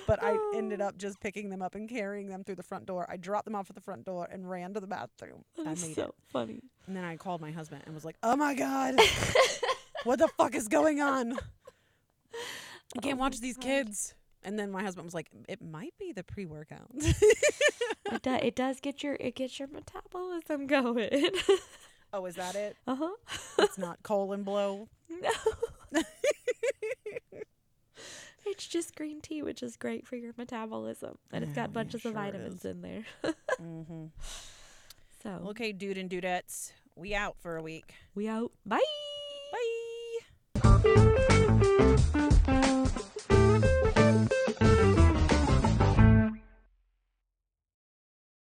B: but I ended
A: Oh.
B: up just picking them up and carrying them through the front door. I dropped them off at the front door and ran to the bathroom. I
A: That's
B: made
A: so
B: it. [laughs]
A: funny.
B: And then I called my husband and was like, oh my [laughs] God, what the fuck is going [laughs] on? I can't watch these kids. And then my husband was like, it might be the pre workout.
A: It, do, it does get your it gets your metabolism going.
B: [laughs]
A: [laughs]
B: oh, is that it?
A: uh huh.
B: It's not colon blow.
A: No. [laughs] It's just green tea, which is great for your metabolism, and it's got
B: Yeah, yeah,
A: bunches
B: sure
A: of
B: it
A: vitamins
B: is.
A: in there.
B: [laughs] mm-hmm.
A: So
B: Okay, dude and dudettes, we out for a week.
A: we out. Bye.
B: Bye.